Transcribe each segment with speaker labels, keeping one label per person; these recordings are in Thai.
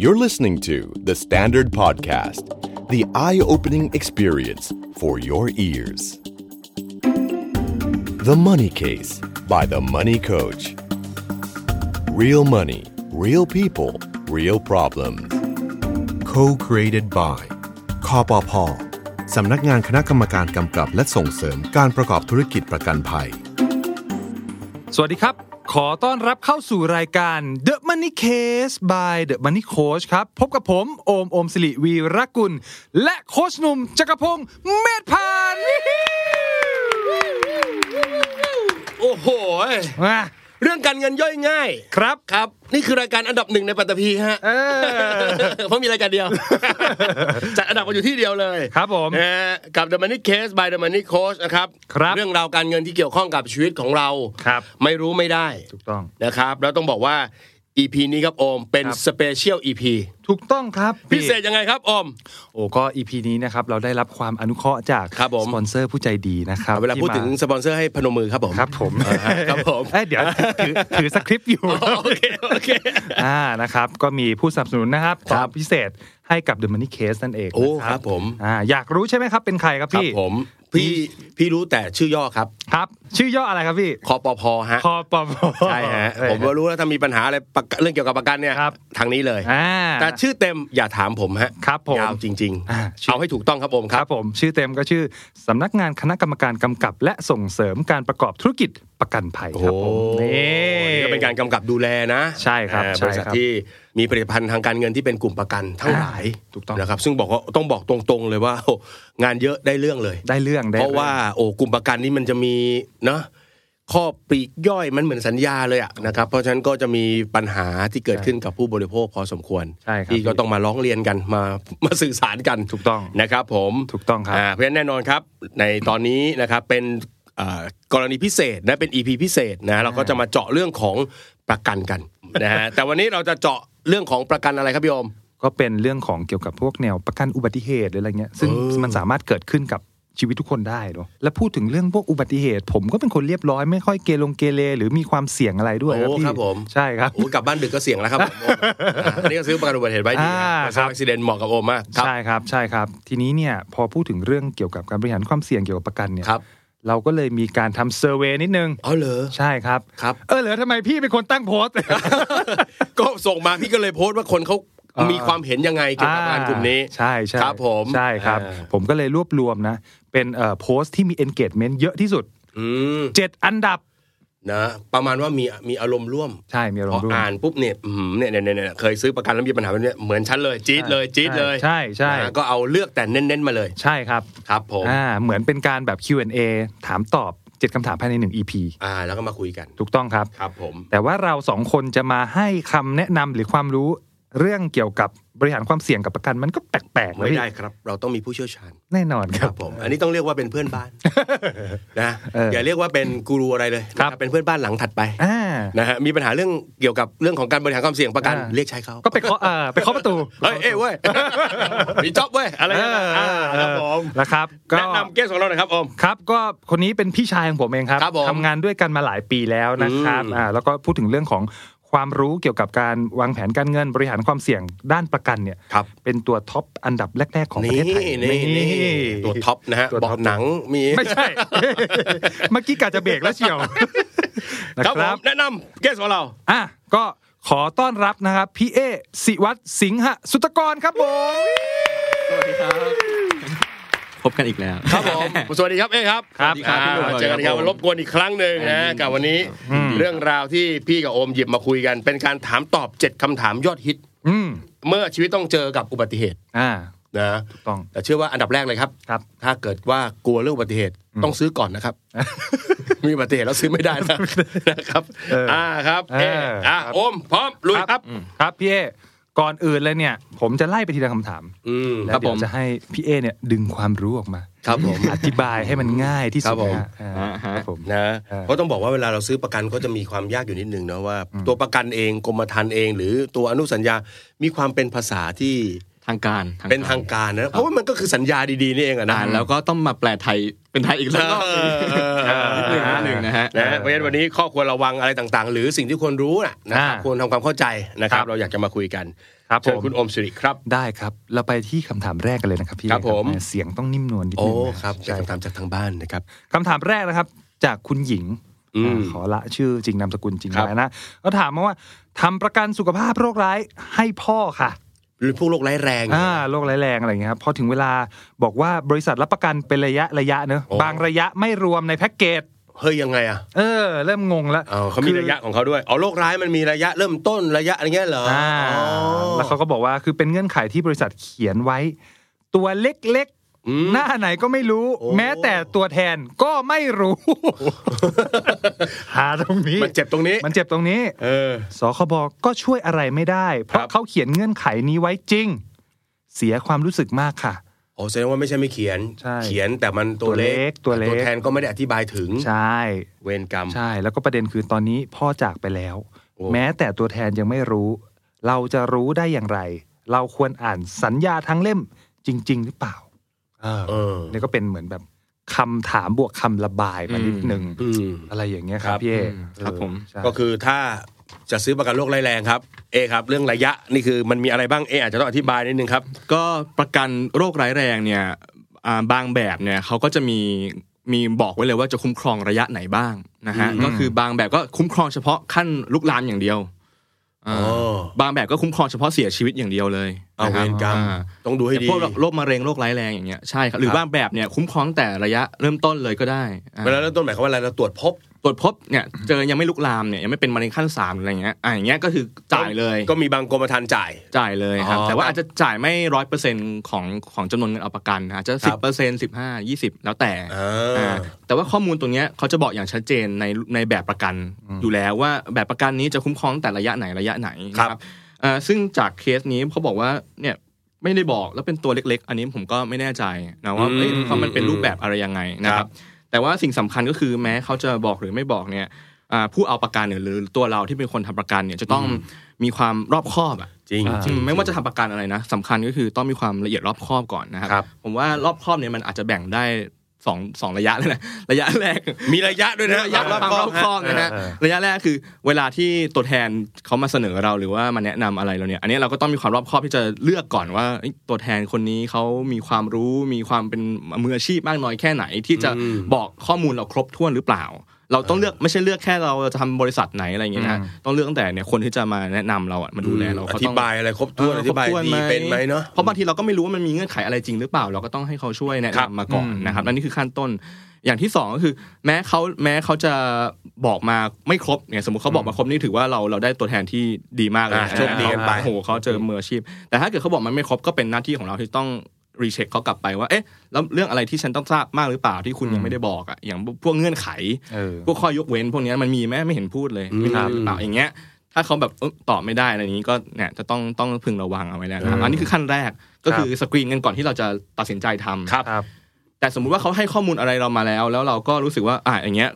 Speaker 1: You're listening to The Standard Podcast, the eye opening experience for your ears. The Money Case by The Money Coach. Real money, real people, real problems.
Speaker 2: Co-created by คอปอพสำนักงานคณะกรรมการกำกับและส่งเสริมการประกอบธุรกิจประกันภัย
Speaker 3: สวัสดีครับ ขอต้อนรับเข้าสู่รายการ The Money Case by The Money Coach ครับ พบกับผม โอม โอมสิริวีรกุล และโคชหนุ่มจักรพงศ์เมธพันธ์
Speaker 4: โอ้โหย
Speaker 3: มา
Speaker 4: เรื่องการเงินย่อยง่าย
Speaker 3: ครับ
Speaker 4: ครับ นี่คือรายการอันดับหนึ่งในปัตตภีฮะ
Speaker 3: เออ
Speaker 4: เพราะมีรายการเดียว จัดอันดับมาอยู่ที่เดียวเลย
Speaker 3: ครับผม
Speaker 4: นะฮะกับ The Money Case by The Money Coach นะครับ
Speaker 3: ครับ
Speaker 4: เรื่องราวการเงินที่เกี่ยวข้องกับชีวิตของเรา
Speaker 3: ครับ
Speaker 4: ไม่รู้ไม่ได้
Speaker 3: ถูกต้อง
Speaker 4: นะครับ แล้วต้องบอกว่า EP นี้ครับโอมเป็น
Speaker 3: ครับ
Speaker 4: สเปเชียล EP
Speaker 3: ถูกต้องครับ
Speaker 4: พิเศษยังไงครับโอม
Speaker 3: โอ้ก็ EP นี้นะครับ เราได้รับความอนุเคราะห์จาก
Speaker 4: ครับผม
Speaker 3: สปอนเซอร์ผู้ใจดีนะครับ
Speaker 4: เวลาพูดถึง
Speaker 3: ที่ม
Speaker 4: สปอนเซอร์ให้พนมมือครับผม
Speaker 3: ครับผม
Speaker 4: เออฮะครับผม
Speaker 3: เอ้ยเดี๋ยวถือถือสคริปต์อยู่
Speaker 4: โอเคโอเค
Speaker 3: อ่านะครับ ก็มีผู้สนับสนุนนะครับต
Speaker 4: ค
Speaker 3: อ
Speaker 4: รั
Speaker 3: บบ พิเศษให้กับ The Money Case นั่นเอง
Speaker 4: โอ้
Speaker 3: นะครับ
Speaker 4: ผม
Speaker 3: อ่าอยากรู้ใช่ไหมครับ เป็นใครครับ
Speaker 4: ครับ
Speaker 3: พี่
Speaker 4: ผมพี่พี่รู้แต่ชื่อย่อครับ
Speaker 3: ครับ ชื่อย่ออะไรครับพี่
Speaker 4: คอปพฮะ
Speaker 3: คอปป
Speaker 4: ใช่ฮะ
Speaker 3: เออ
Speaker 4: ผมก็รู้แล้วถ้ามีปัญหาอะไรประกันเรื่องเกี่ยวกับประกันเนี่ย
Speaker 3: ครับ
Speaker 4: ทางนี้เลย
Speaker 3: อ่า
Speaker 4: แต่ชื่อเต็มอย่าถามผมฮะ
Speaker 3: ครับผม
Speaker 4: ยาวจริง
Speaker 3: อ่า
Speaker 4: ๆ
Speaker 3: ชื่อ
Speaker 4: เอาให้ถูกต้องครับผม
Speaker 3: ค
Speaker 4: ค
Speaker 3: รั
Speaker 4: รั
Speaker 3: บบ ผมชื่อเต็มก็ชื่อสำนักงานคณะกรรมการกำกับ และส่งเสริมการประกอบธุรกิจประกันภัย
Speaker 4: โอ้
Speaker 3: ครับผม
Speaker 4: โห
Speaker 3: นี่
Speaker 4: นี่ก็เป็นการกำกับดูแลนะ
Speaker 3: ใช่ครับ
Speaker 4: อ่า
Speaker 3: ใช่
Speaker 4: บ
Speaker 3: ครับ
Speaker 4: ริษัทที่มีผลิตภัณฑ์ทางการเงินที่เป็นกลุ่มประกันทั้งหลาย
Speaker 3: อ่าถูกต้อง
Speaker 4: นะครับซึ่งบอกว่าต้องบอกตรงๆเลยว่าโอ้งานเยอะได้เรื่องเลย
Speaker 3: ได้เรื่องได้
Speaker 4: เพราะ
Speaker 3: อง
Speaker 4: ว่าโอ้กลุ่มประกันนี่มันจะมีเนาะข้อปลีกย่อยมันเหมือนสัญญาเลยอะนะครับเพราะฉะนั้นก็จะมีปัญหาที่เกิดขึ้นกับผู้บริโภคพอสมควร
Speaker 3: ใช่ครับ
Speaker 4: ที่ก็ต้องมาร้องเรียนกันมามาสื่อสารกัน
Speaker 3: ถูกต้อง
Speaker 4: นะครับ ผม
Speaker 3: ถูกต้องครับ
Speaker 4: าเพราะฉะนั้นแน่นอนครับ ในตอนนี้นะครับเป็นเอ่อกรณีพิเศษนะเป็น EP พิเศษนะเราก็จะมาเจาะเรื่องของประกันกันนะฮะ แต่วันนี้เราจะเจาะเรื่องของประกันอะไรครับพี่โอม
Speaker 3: ก็เป็นเรื่องของเกี่ยวกับพวกแนวประกันอุบัติเหตุหรืออะไรเงี้ยซึ่งมันสามารถเกิดขึ้นกับชีวิตทุกคนได้เนอะและพูดถึงเรื่องพวกอุบัติเหตุ ผมก็เป็นคนเรียบร้อยไม่ค่อยเกลงเกเรหรือมีความเสี่ยงอะไรด้วย
Speaker 4: โอ้
Speaker 3: พี่
Speaker 4: ครับผม
Speaker 3: ใช่ครับ
Speaker 4: โอ้กลับบ้านดึกก็เสี่ยงแล้วครับผม อ่าอันนี้ก็ซื้อประกันอุบัติเหตุไว้ดี
Speaker 3: อ่า
Speaker 4: นะ
Speaker 3: ค
Speaker 4: ค
Speaker 3: รั
Speaker 4: รับ บอุบัติเหตุเหมาะกับโอมมากครับ
Speaker 3: ใช่ครับใช่ครับ ทีนี้เนี่ยพอพูดถึงเรื่องเกี่ยวกับการบริหารความเสี่ยงเกี่ยวกับประกันเนี่ย
Speaker 4: ครับ
Speaker 3: เราก็เลยมีการทำเซอร์เวยนิดนึง
Speaker 4: อ๋อเหรอ
Speaker 3: ใช่ครับ
Speaker 4: ครับ
Speaker 3: เออเหรอทำไมพี่เป็นคนตั้งโพสต์
Speaker 4: ก็ส่งมาพี่ก็เลยโพสต์ว่าคนเขา
Speaker 3: อ่ามี
Speaker 4: มีความเห็นยังไงเกี่ยวกับงานกลุ่มนี้
Speaker 3: ใช่ใช่
Speaker 4: ครับผม
Speaker 3: ใช่ครับ
Speaker 4: อ่า
Speaker 3: ผมก็เลยรวบรวมนะ เป็นเอ่อโพสต์ที่มี engagement เยอะที่สุด
Speaker 4: อืม
Speaker 3: เจ็ดอันดับ
Speaker 4: นะประมาณว่ามีมีอารมณ์ร่วม
Speaker 3: ใช่มีอาร
Speaker 4: พ
Speaker 3: ม
Speaker 4: อ
Speaker 3: ณ์ร่วม
Speaker 4: อ่านปุ๊บเนี่ยอืมเนี่ยเนี่ยเนี่ยเนี่ยเคยซื้อประกันแล้วมีปัญหาแบบเนี้ยเหมือนฉันเลยจี๊ดเลยจี๊ดเลย
Speaker 3: ใช่ใช่
Speaker 4: นะก็เอาเลือกแต่เน้นๆมาเลย
Speaker 3: ใช่ครับ
Speaker 4: ครับผม
Speaker 3: อ่าเหมือนเป็นการแบบ Q&A ถามตอบ 7คำถามภายใน 1 EP
Speaker 4: อ่าแล้วก็มาคุยกัน
Speaker 3: ถูกต้องครับ
Speaker 4: ครับผม
Speaker 3: แต่ว่าเราสองคนจะมาให้คำแนะนำหรือความรู้เรื่องเกี่ยวกับบริหารความเสี่ยงกับประกันมันก็แปลกๆนะ
Speaker 4: ไม่
Speaker 3: พี่
Speaker 4: ได้ครับ เราต้องมีผู้เชี่ยวชาญ
Speaker 3: แน่นอนค
Speaker 4: ค
Speaker 3: รั
Speaker 4: รับ บผม อันนี้ต้องเรียกว่าเป็นเพื่อนบ้านนะ
Speaker 3: เอออ
Speaker 4: อย่าเรียกว่าเป็นกูรูอะไรเลย
Speaker 3: ครับ
Speaker 4: เป็นเพื่อนบ้านหลังถัดไป
Speaker 3: อ่า
Speaker 4: นะฮะมีปัญหาเรื่องเกี่ยวกับเรื่องของการบริหารความเสี่ยงประกัน
Speaker 3: อ่า
Speaker 4: เรียกใช้เขา
Speaker 3: ก็ไปเคาะเอ่อไปเคาะประตู
Speaker 4: เฮ้ยเอ้ยเว้ย มีจ็อบเว้ย อะไร
Speaker 3: เอ
Speaker 4: นะ
Speaker 3: อ
Speaker 4: อ่าครับผม
Speaker 3: นะครับก็
Speaker 4: แนะนำเกสของเราหน่อยครับอม
Speaker 3: ครับก็คนนี้เป็นพี่ชายของผมเองครับ
Speaker 4: ครับผม
Speaker 3: ทำงานด้วยกันมาหลายปีแล้วนะครับ
Speaker 4: อืม
Speaker 3: อ่าแล้วก็พูดถึงเรื่องของความรู้เกี่ยวกับการวางแผนการเงินบริหารความเสี่ยงด้านประกันเนี่ย
Speaker 4: ครับ
Speaker 3: เป็นตัวท็อปอันดับแรก ๆ ของประเท
Speaker 4: นี่
Speaker 3: ศไทย
Speaker 4: นี่นี่ตัวท็อปนะฮะ
Speaker 3: ตัว
Speaker 4: บอ
Speaker 3: ท็
Speaker 4: ก
Speaker 3: อป
Speaker 4: หนังมี
Speaker 3: ไม่ใช่ เมื่อกี้กะจะเบรกแล้วเชียว นะ
Speaker 4: ครั
Speaker 3: ค
Speaker 4: ผ
Speaker 3: รั
Speaker 4: ม
Speaker 3: บ
Speaker 4: แนะนำเกสของเรา
Speaker 3: อ่ะก็ขอต้อนรับนะครับ พี่เอสิวัตรสิงหะสุตกรครับผม
Speaker 5: สวัสดีครับ พบกันอีกแล้ว
Speaker 4: ครับผม สวัสดีครับเอ้ครับ
Speaker 5: ครับ
Speaker 4: อ่า
Speaker 5: พี่หนุ่ม
Speaker 4: เจอกันครับ
Speaker 5: ครับผม
Speaker 4: รบกวนอีกครั้งหนึ่งนะกับวันนี้เรื่องราวที่พี่กับโอมหยิบมาคุยกัน เป็นการถามตอบเจ็ดคำถามยอดฮิต
Speaker 3: อืม
Speaker 4: เมื่อชีวิตต้องเจอกับอุบัติเหตุ
Speaker 3: อ่า
Speaker 4: นะ
Speaker 3: ถูกต้อง
Speaker 4: แต่เชื่อว่าอันดับแรกเลยครับ
Speaker 3: ครับ
Speaker 4: ถ้าเกิดว่ากลัวเรื่องอุบัติเหตุต้องซื้อก่อน นะครับ มีอุบัติเหตุแล้วซื้อไม่ได้นะ นะครับ
Speaker 3: เอออ่
Speaker 4: อ่าครับ
Speaker 3: เออ
Speaker 4: เอะอ่ะโอมพร้อมลุยครับ
Speaker 3: ครับพี่เอก่อนอื่นเลยเนี่ย ผมจะไล่ไปทีละคำถาม
Speaker 4: อืม
Speaker 3: แล้
Speaker 5: ครั
Speaker 3: ว
Speaker 5: บ
Speaker 3: เดี๋ยว
Speaker 5: ผม
Speaker 3: จะให้พี่เอเนี่ยดึงความรู้ออกมา
Speaker 4: ครับผม
Speaker 3: อธิบายให้มันง่ายที่สุดนะฮะ
Speaker 5: ค
Speaker 3: อ่า
Speaker 5: รับผมอ่าฮะ
Speaker 3: ครับผม
Speaker 4: นะ
Speaker 3: เออ
Speaker 4: เพราะต้องบอกว่าเวลาเราซื้อประกันก็จะมีความยากอยู่นิดนึงนะว่า ตัวประกันเองกรมธรรม์เอง หรือตัวอนุสัญญา มีความเป็นภาษาที่
Speaker 5: ทางการ
Speaker 4: เป็นทางการนะเพราะว่ามันก็คือสัญญาดีๆนี่เองอะนะ
Speaker 5: อ่านแล้วก็ต้องมาแปลไทยเป็นไทยอีก
Speaker 4: เอ
Speaker 5: แล้ว
Speaker 4: อเออเออ
Speaker 5: นิดหนึ่งนิดหนึ่งนะฮะ
Speaker 4: นะฮะเพราะฉะนั้นวันนี้ข้อควรระวังอะไรต่างๆ หรือสิ่งที่ควรรู้น่ะนะครับ
Speaker 3: อ่า
Speaker 4: ควรทำความเข้าใจนะครั
Speaker 3: ค
Speaker 4: บ
Speaker 3: รับ
Speaker 4: เราอยากจะมาคุยกัน
Speaker 3: ครับผ
Speaker 4: เชิญ
Speaker 3: ม
Speaker 4: คุณอมสิริครับ
Speaker 3: ได้ครับ เราไปที่คำถามแรกกันเลยนะครับพี่
Speaker 4: ครับผม
Speaker 3: แเสียงต้องนิ่มนวลนิด
Speaker 4: โอ้
Speaker 3: นึงนะครับ
Speaker 4: จะ
Speaker 3: ใช่
Speaker 4: ตามจากทางบ้านนะครับ
Speaker 3: คำถามแรกนะครับ จากคุณหญิง
Speaker 4: อืม
Speaker 3: ขอละชื่อจริงนามสกุลจริง
Speaker 4: ครับ
Speaker 3: ไว้นะก็ถามมาว่าทำประกันสุขภาพโรคร้ายให้พ่อค่ะ
Speaker 4: หรือพวกโรคร้ายแรง
Speaker 3: อ่าโรคร้ายแรงอะไรอย่างเงี้ยครับพอถึงเวลาบอกว่าบริษัทรับประกันเป็นระยะระยะเนอะ
Speaker 4: โอ้
Speaker 3: บางระยะไม่รวมในแพ็กเกจ
Speaker 4: เฮ้ยยังไงอ่ะ
Speaker 3: เออ เริ่มงงแล้ว
Speaker 4: อ้าวเขามีระยะของเขาด้วยอ๋อโรคร้ายมันมีระยะเริ่มต้นระยะอะไรเงี้ยเหรอ
Speaker 3: อ่า
Speaker 4: อ๋อ
Speaker 3: แล้วเขาก็บอกว่าคือเป็นเงื่อนไขที่บริษัทเขียนไว้ ตัวเล็ก
Speaker 4: อืม
Speaker 3: ๆ หน้าไหนก็ไม่รู้
Speaker 4: โอ้
Speaker 3: แม้แต่ตัวแทนก็ไม่รู้ หาตรงนี้
Speaker 4: มันเจ็บตรงนี้
Speaker 3: มันเจ็บตรงนี้
Speaker 4: เออ
Speaker 3: สคบก็ช่วยอะไรไม่ได้ เพราะ
Speaker 4: ครับ
Speaker 3: เขาเขียนเงื่อนไขนี้ไว้จริง เสียความรู้สึกมากค่ะ
Speaker 4: อ๋อแสดงว่าไม่ใช่ไม่เขียน
Speaker 3: ใช่
Speaker 4: เขียนแต่มันตัวเล็ก
Speaker 3: ตัวเล็ก
Speaker 4: ตัวแทนก็ไม่ได้อธิบายถึง
Speaker 3: ใช่
Speaker 4: เวรกรรม
Speaker 3: ใช่ แล้วก็ประเด็นคือตอนนี้พ่อจากไปแล้ว
Speaker 4: โอ้
Speaker 3: แม้แต่ตัวแทนยังไม่รู้ เราจะรู้ได้อย่างไร เราควรอ่านสัญญาทั้งเล่มจริง ๆ หรือเปล่า
Speaker 4: เออ
Speaker 3: นี่ก็เป็นเหมือนแบบคำถามบวกคำระบายมานิดนึง
Speaker 4: อืม
Speaker 3: อะไรอย่างเงี้ยค
Speaker 4: ครั
Speaker 3: รับบ พี่เอ
Speaker 5: ครับผม
Speaker 3: ใช่
Speaker 4: ก็คือถ้าจะซื้อประกันโรคร้ายแรงครับ เอครับ เรื่องระยะนี่คือมันมีอะไรบ้างเออาจจะต้องอธิบายนิดนึงครับ
Speaker 5: ก็ประกันโรคร้ายแรงเนี่ยอ่าบางแบบเนี่ยเขาก็จะมีมีบอกไว้เลยว่าจะคุ้มครองระยะไหนบ้างนะฮะก็คือบางแบบก็คุ้มครองเฉพาะขั้นลุกลามอย่างเดียวอ่า
Speaker 4: อ๋อ
Speaker 5: บางแบบก็คุ้มครองเฉพาะเสียชีวิตอย่างเดียวเลย
Speaker 4: เอา
Speaker 5: นะ
Speaker 4: เว
Speaker 5: ครั
Speaker 4: รกรร
Speaker 5: บ
Speaker 4: ม
Speaker 5: อ่า
Speaker 4: ต้องดูให้
Speaker 5: อย่าง
Speaker 4: ดี
Speaker 5: พวกโรคมะเร็งโรคร้ายแรงอย่างเงี้ยใช่ครับหรือบางแบบเนี่ยคุ้มครองตั้งแต่ระยะเริ่มต้นเลยก็ได้อ่า
Speaker 4: เวลาเริ่มต้นหมายความว่าอะไรเราตรวจพบ
Speaker 5: ตรวจพบเนี่ยเจอยังไม่ลุกลามเนี่ยยังไม่เป็นมะเร็งขั้นสามหรืออะไรเงี้ยอ่าอย่างเงี้ยก็คือจ่ายเลย
Speaker 4: ก็มีบางกรมธรรม์จ่าย
Speaker 5: จ่ายเลยครับ
Speaker 4: อ๋อ
Speaker 5: แต่ว่าอาจจะจ่ายไม่ร้อยเปอร์เซ็นของของจำนวนเงินเอาประกันนะอาจจะ
Speaker 4: ครั
Speaker 5: สิ
Speaker 4: บบ
Speaker 5: เปอร์เซ็นสิบห้ายี่สิบแล้วแต่
Speaker 4: อ่า
Speaker 5: อ่าแต่ว่าข้อมูลตรงเนี้ยเขาจะบอกอย่างชัดเจนในในแบบประกันอยู่แล้วว่าแบบประกันนี้จะคุ้มครองตั้งแต่ระยะไหนระยะไหนนะครับอ่าซึ่งจากเคสนี้เขาบอกว่าเนี่ยไม่ได้บอกแล้วเป็นตัวเล็ก ๆ อันนี้ผมก็ไม่แน่ใจนะว่าเอ้ยเขามันเป็นรูปแบบอะไรยังไงนะครับ แต่ว่าสิ่งสำคัญก็คือแม้เขาจะบอกหรือไม่บอกเนี่ยอ่าผู้เอาประกันเนี่ยหรือตัวเราที่เป็นคนทำประกันเนี่ยจะต้องมีความรอบคอบอะ
Speaker 4: จริง
Speaker 5: อืมไม่ว่าจะทำประกันอะไรนะสำคัญก็คือต้องมีความละเอียดรอบคอบก่อนนะครับ
Speaker 4: ครับ
Speaker 5: ผมว่ารอบคอบเนี่ยมันอาจจะแบ่งได้สองสองระยะเลยนะ ระยะแรก
Speaker 4: มีระยะด้วยนะ
Speaker 5: ระยะความรอบคอบนะฮะ
Speaker 4: เออ
Speaker 5: ระยะแรกคือเวลาที่ตัวแทนเขามาเสนอเราหรือว่ามาแนะนำอะไรเราเนี่ยอันนี้เราก็ต้องมีความรอบคอบที่จะเลือกก่อนว่าเอ้ยตัวแทนคนนี้เขามีความรู้มีความเป็นมืออาชีพมากน้อยแค่ไหน ที่จะ
Speaker 4: อืม
Speaker 5: บอกข้อมูลเราครบถ้วนหรือเปล่า เราต้องเลือกไม่ใช่เลือกแค่เราจะทำบริษัทไหนอะไรอย่างเงี้ยนะต้องเลือกตั้งแต่เนี่ยคนที่จะมาแนะนำเราอะมาดูแลเรา
Speaker 4: อ
Speaker 5: เขา
Speaker 4: ธิ
Speaker 5: ต้อง
Speaker 4: บายอะไรครบถ้วนอธิบาย
Speaker 5: ครถ้วน
Speaker 4: ดีเป็นไหมเนาะ
Speaker 5: เพราะบางทีเราก็ไม่รู้ว่ามันมีเงื่อนไขอะไรจริงหรือเปล่า เราก็ต้องให้เขาช่วยแนะครับ นำมาก่อนนะครับอันนี้คือขั้นต้น อย่างที่สองก็คือ แม้เขาแม้เขาจะบอกมาไม่ครบเนี่ยสมมติเขาบอกมาครบนี่ถือว่าเราเราได้ตัวแทนที่ดีมากเลย
Speaker 4: อ่ะโชคดีกันไป
Speaker 5: โอ้โหเขาเจอมืออาชีพ แต่ถ้าเกิดเขาบอกมันไม่ครบก็เป็นหน้าที่ของเราที่ต้องรีเช็คเขากลับไปว่าเอ๊ะแล้วเรื่องอะไรที่ฉันต้องทราบมากหรือเปล่าที่คุณยังไม่ได้บอกอ่ะอย่างพวกเงื่อนไข
Speaker 3: เออ
Speaker 5: พวกข้อยกเว้นพวกเนี้ยมันมีไหมไม่เห็นพูดเลยมีหรือเปล่าอย่างเงี้ย ถ้าเขาแบบเอ้ยตอบไม่ได้อะไรนี้ก็เนี่ยจะต้องต้องพึงระวังเอาไว้แล้วนะครับอันนี้คือขั้นแรกก็คือสกรีนกันก่อนที่เราจะตัดสินใจทำ
Speaker 4: ครับ
Speaker 3: ครับ
Speaker 5: แต่สมมุติว่าเขาให้ข้อมูลอะไรเรามาแล้ว แล้วเราก็รู้สึกว่าอ่ะอย่างเงี้ย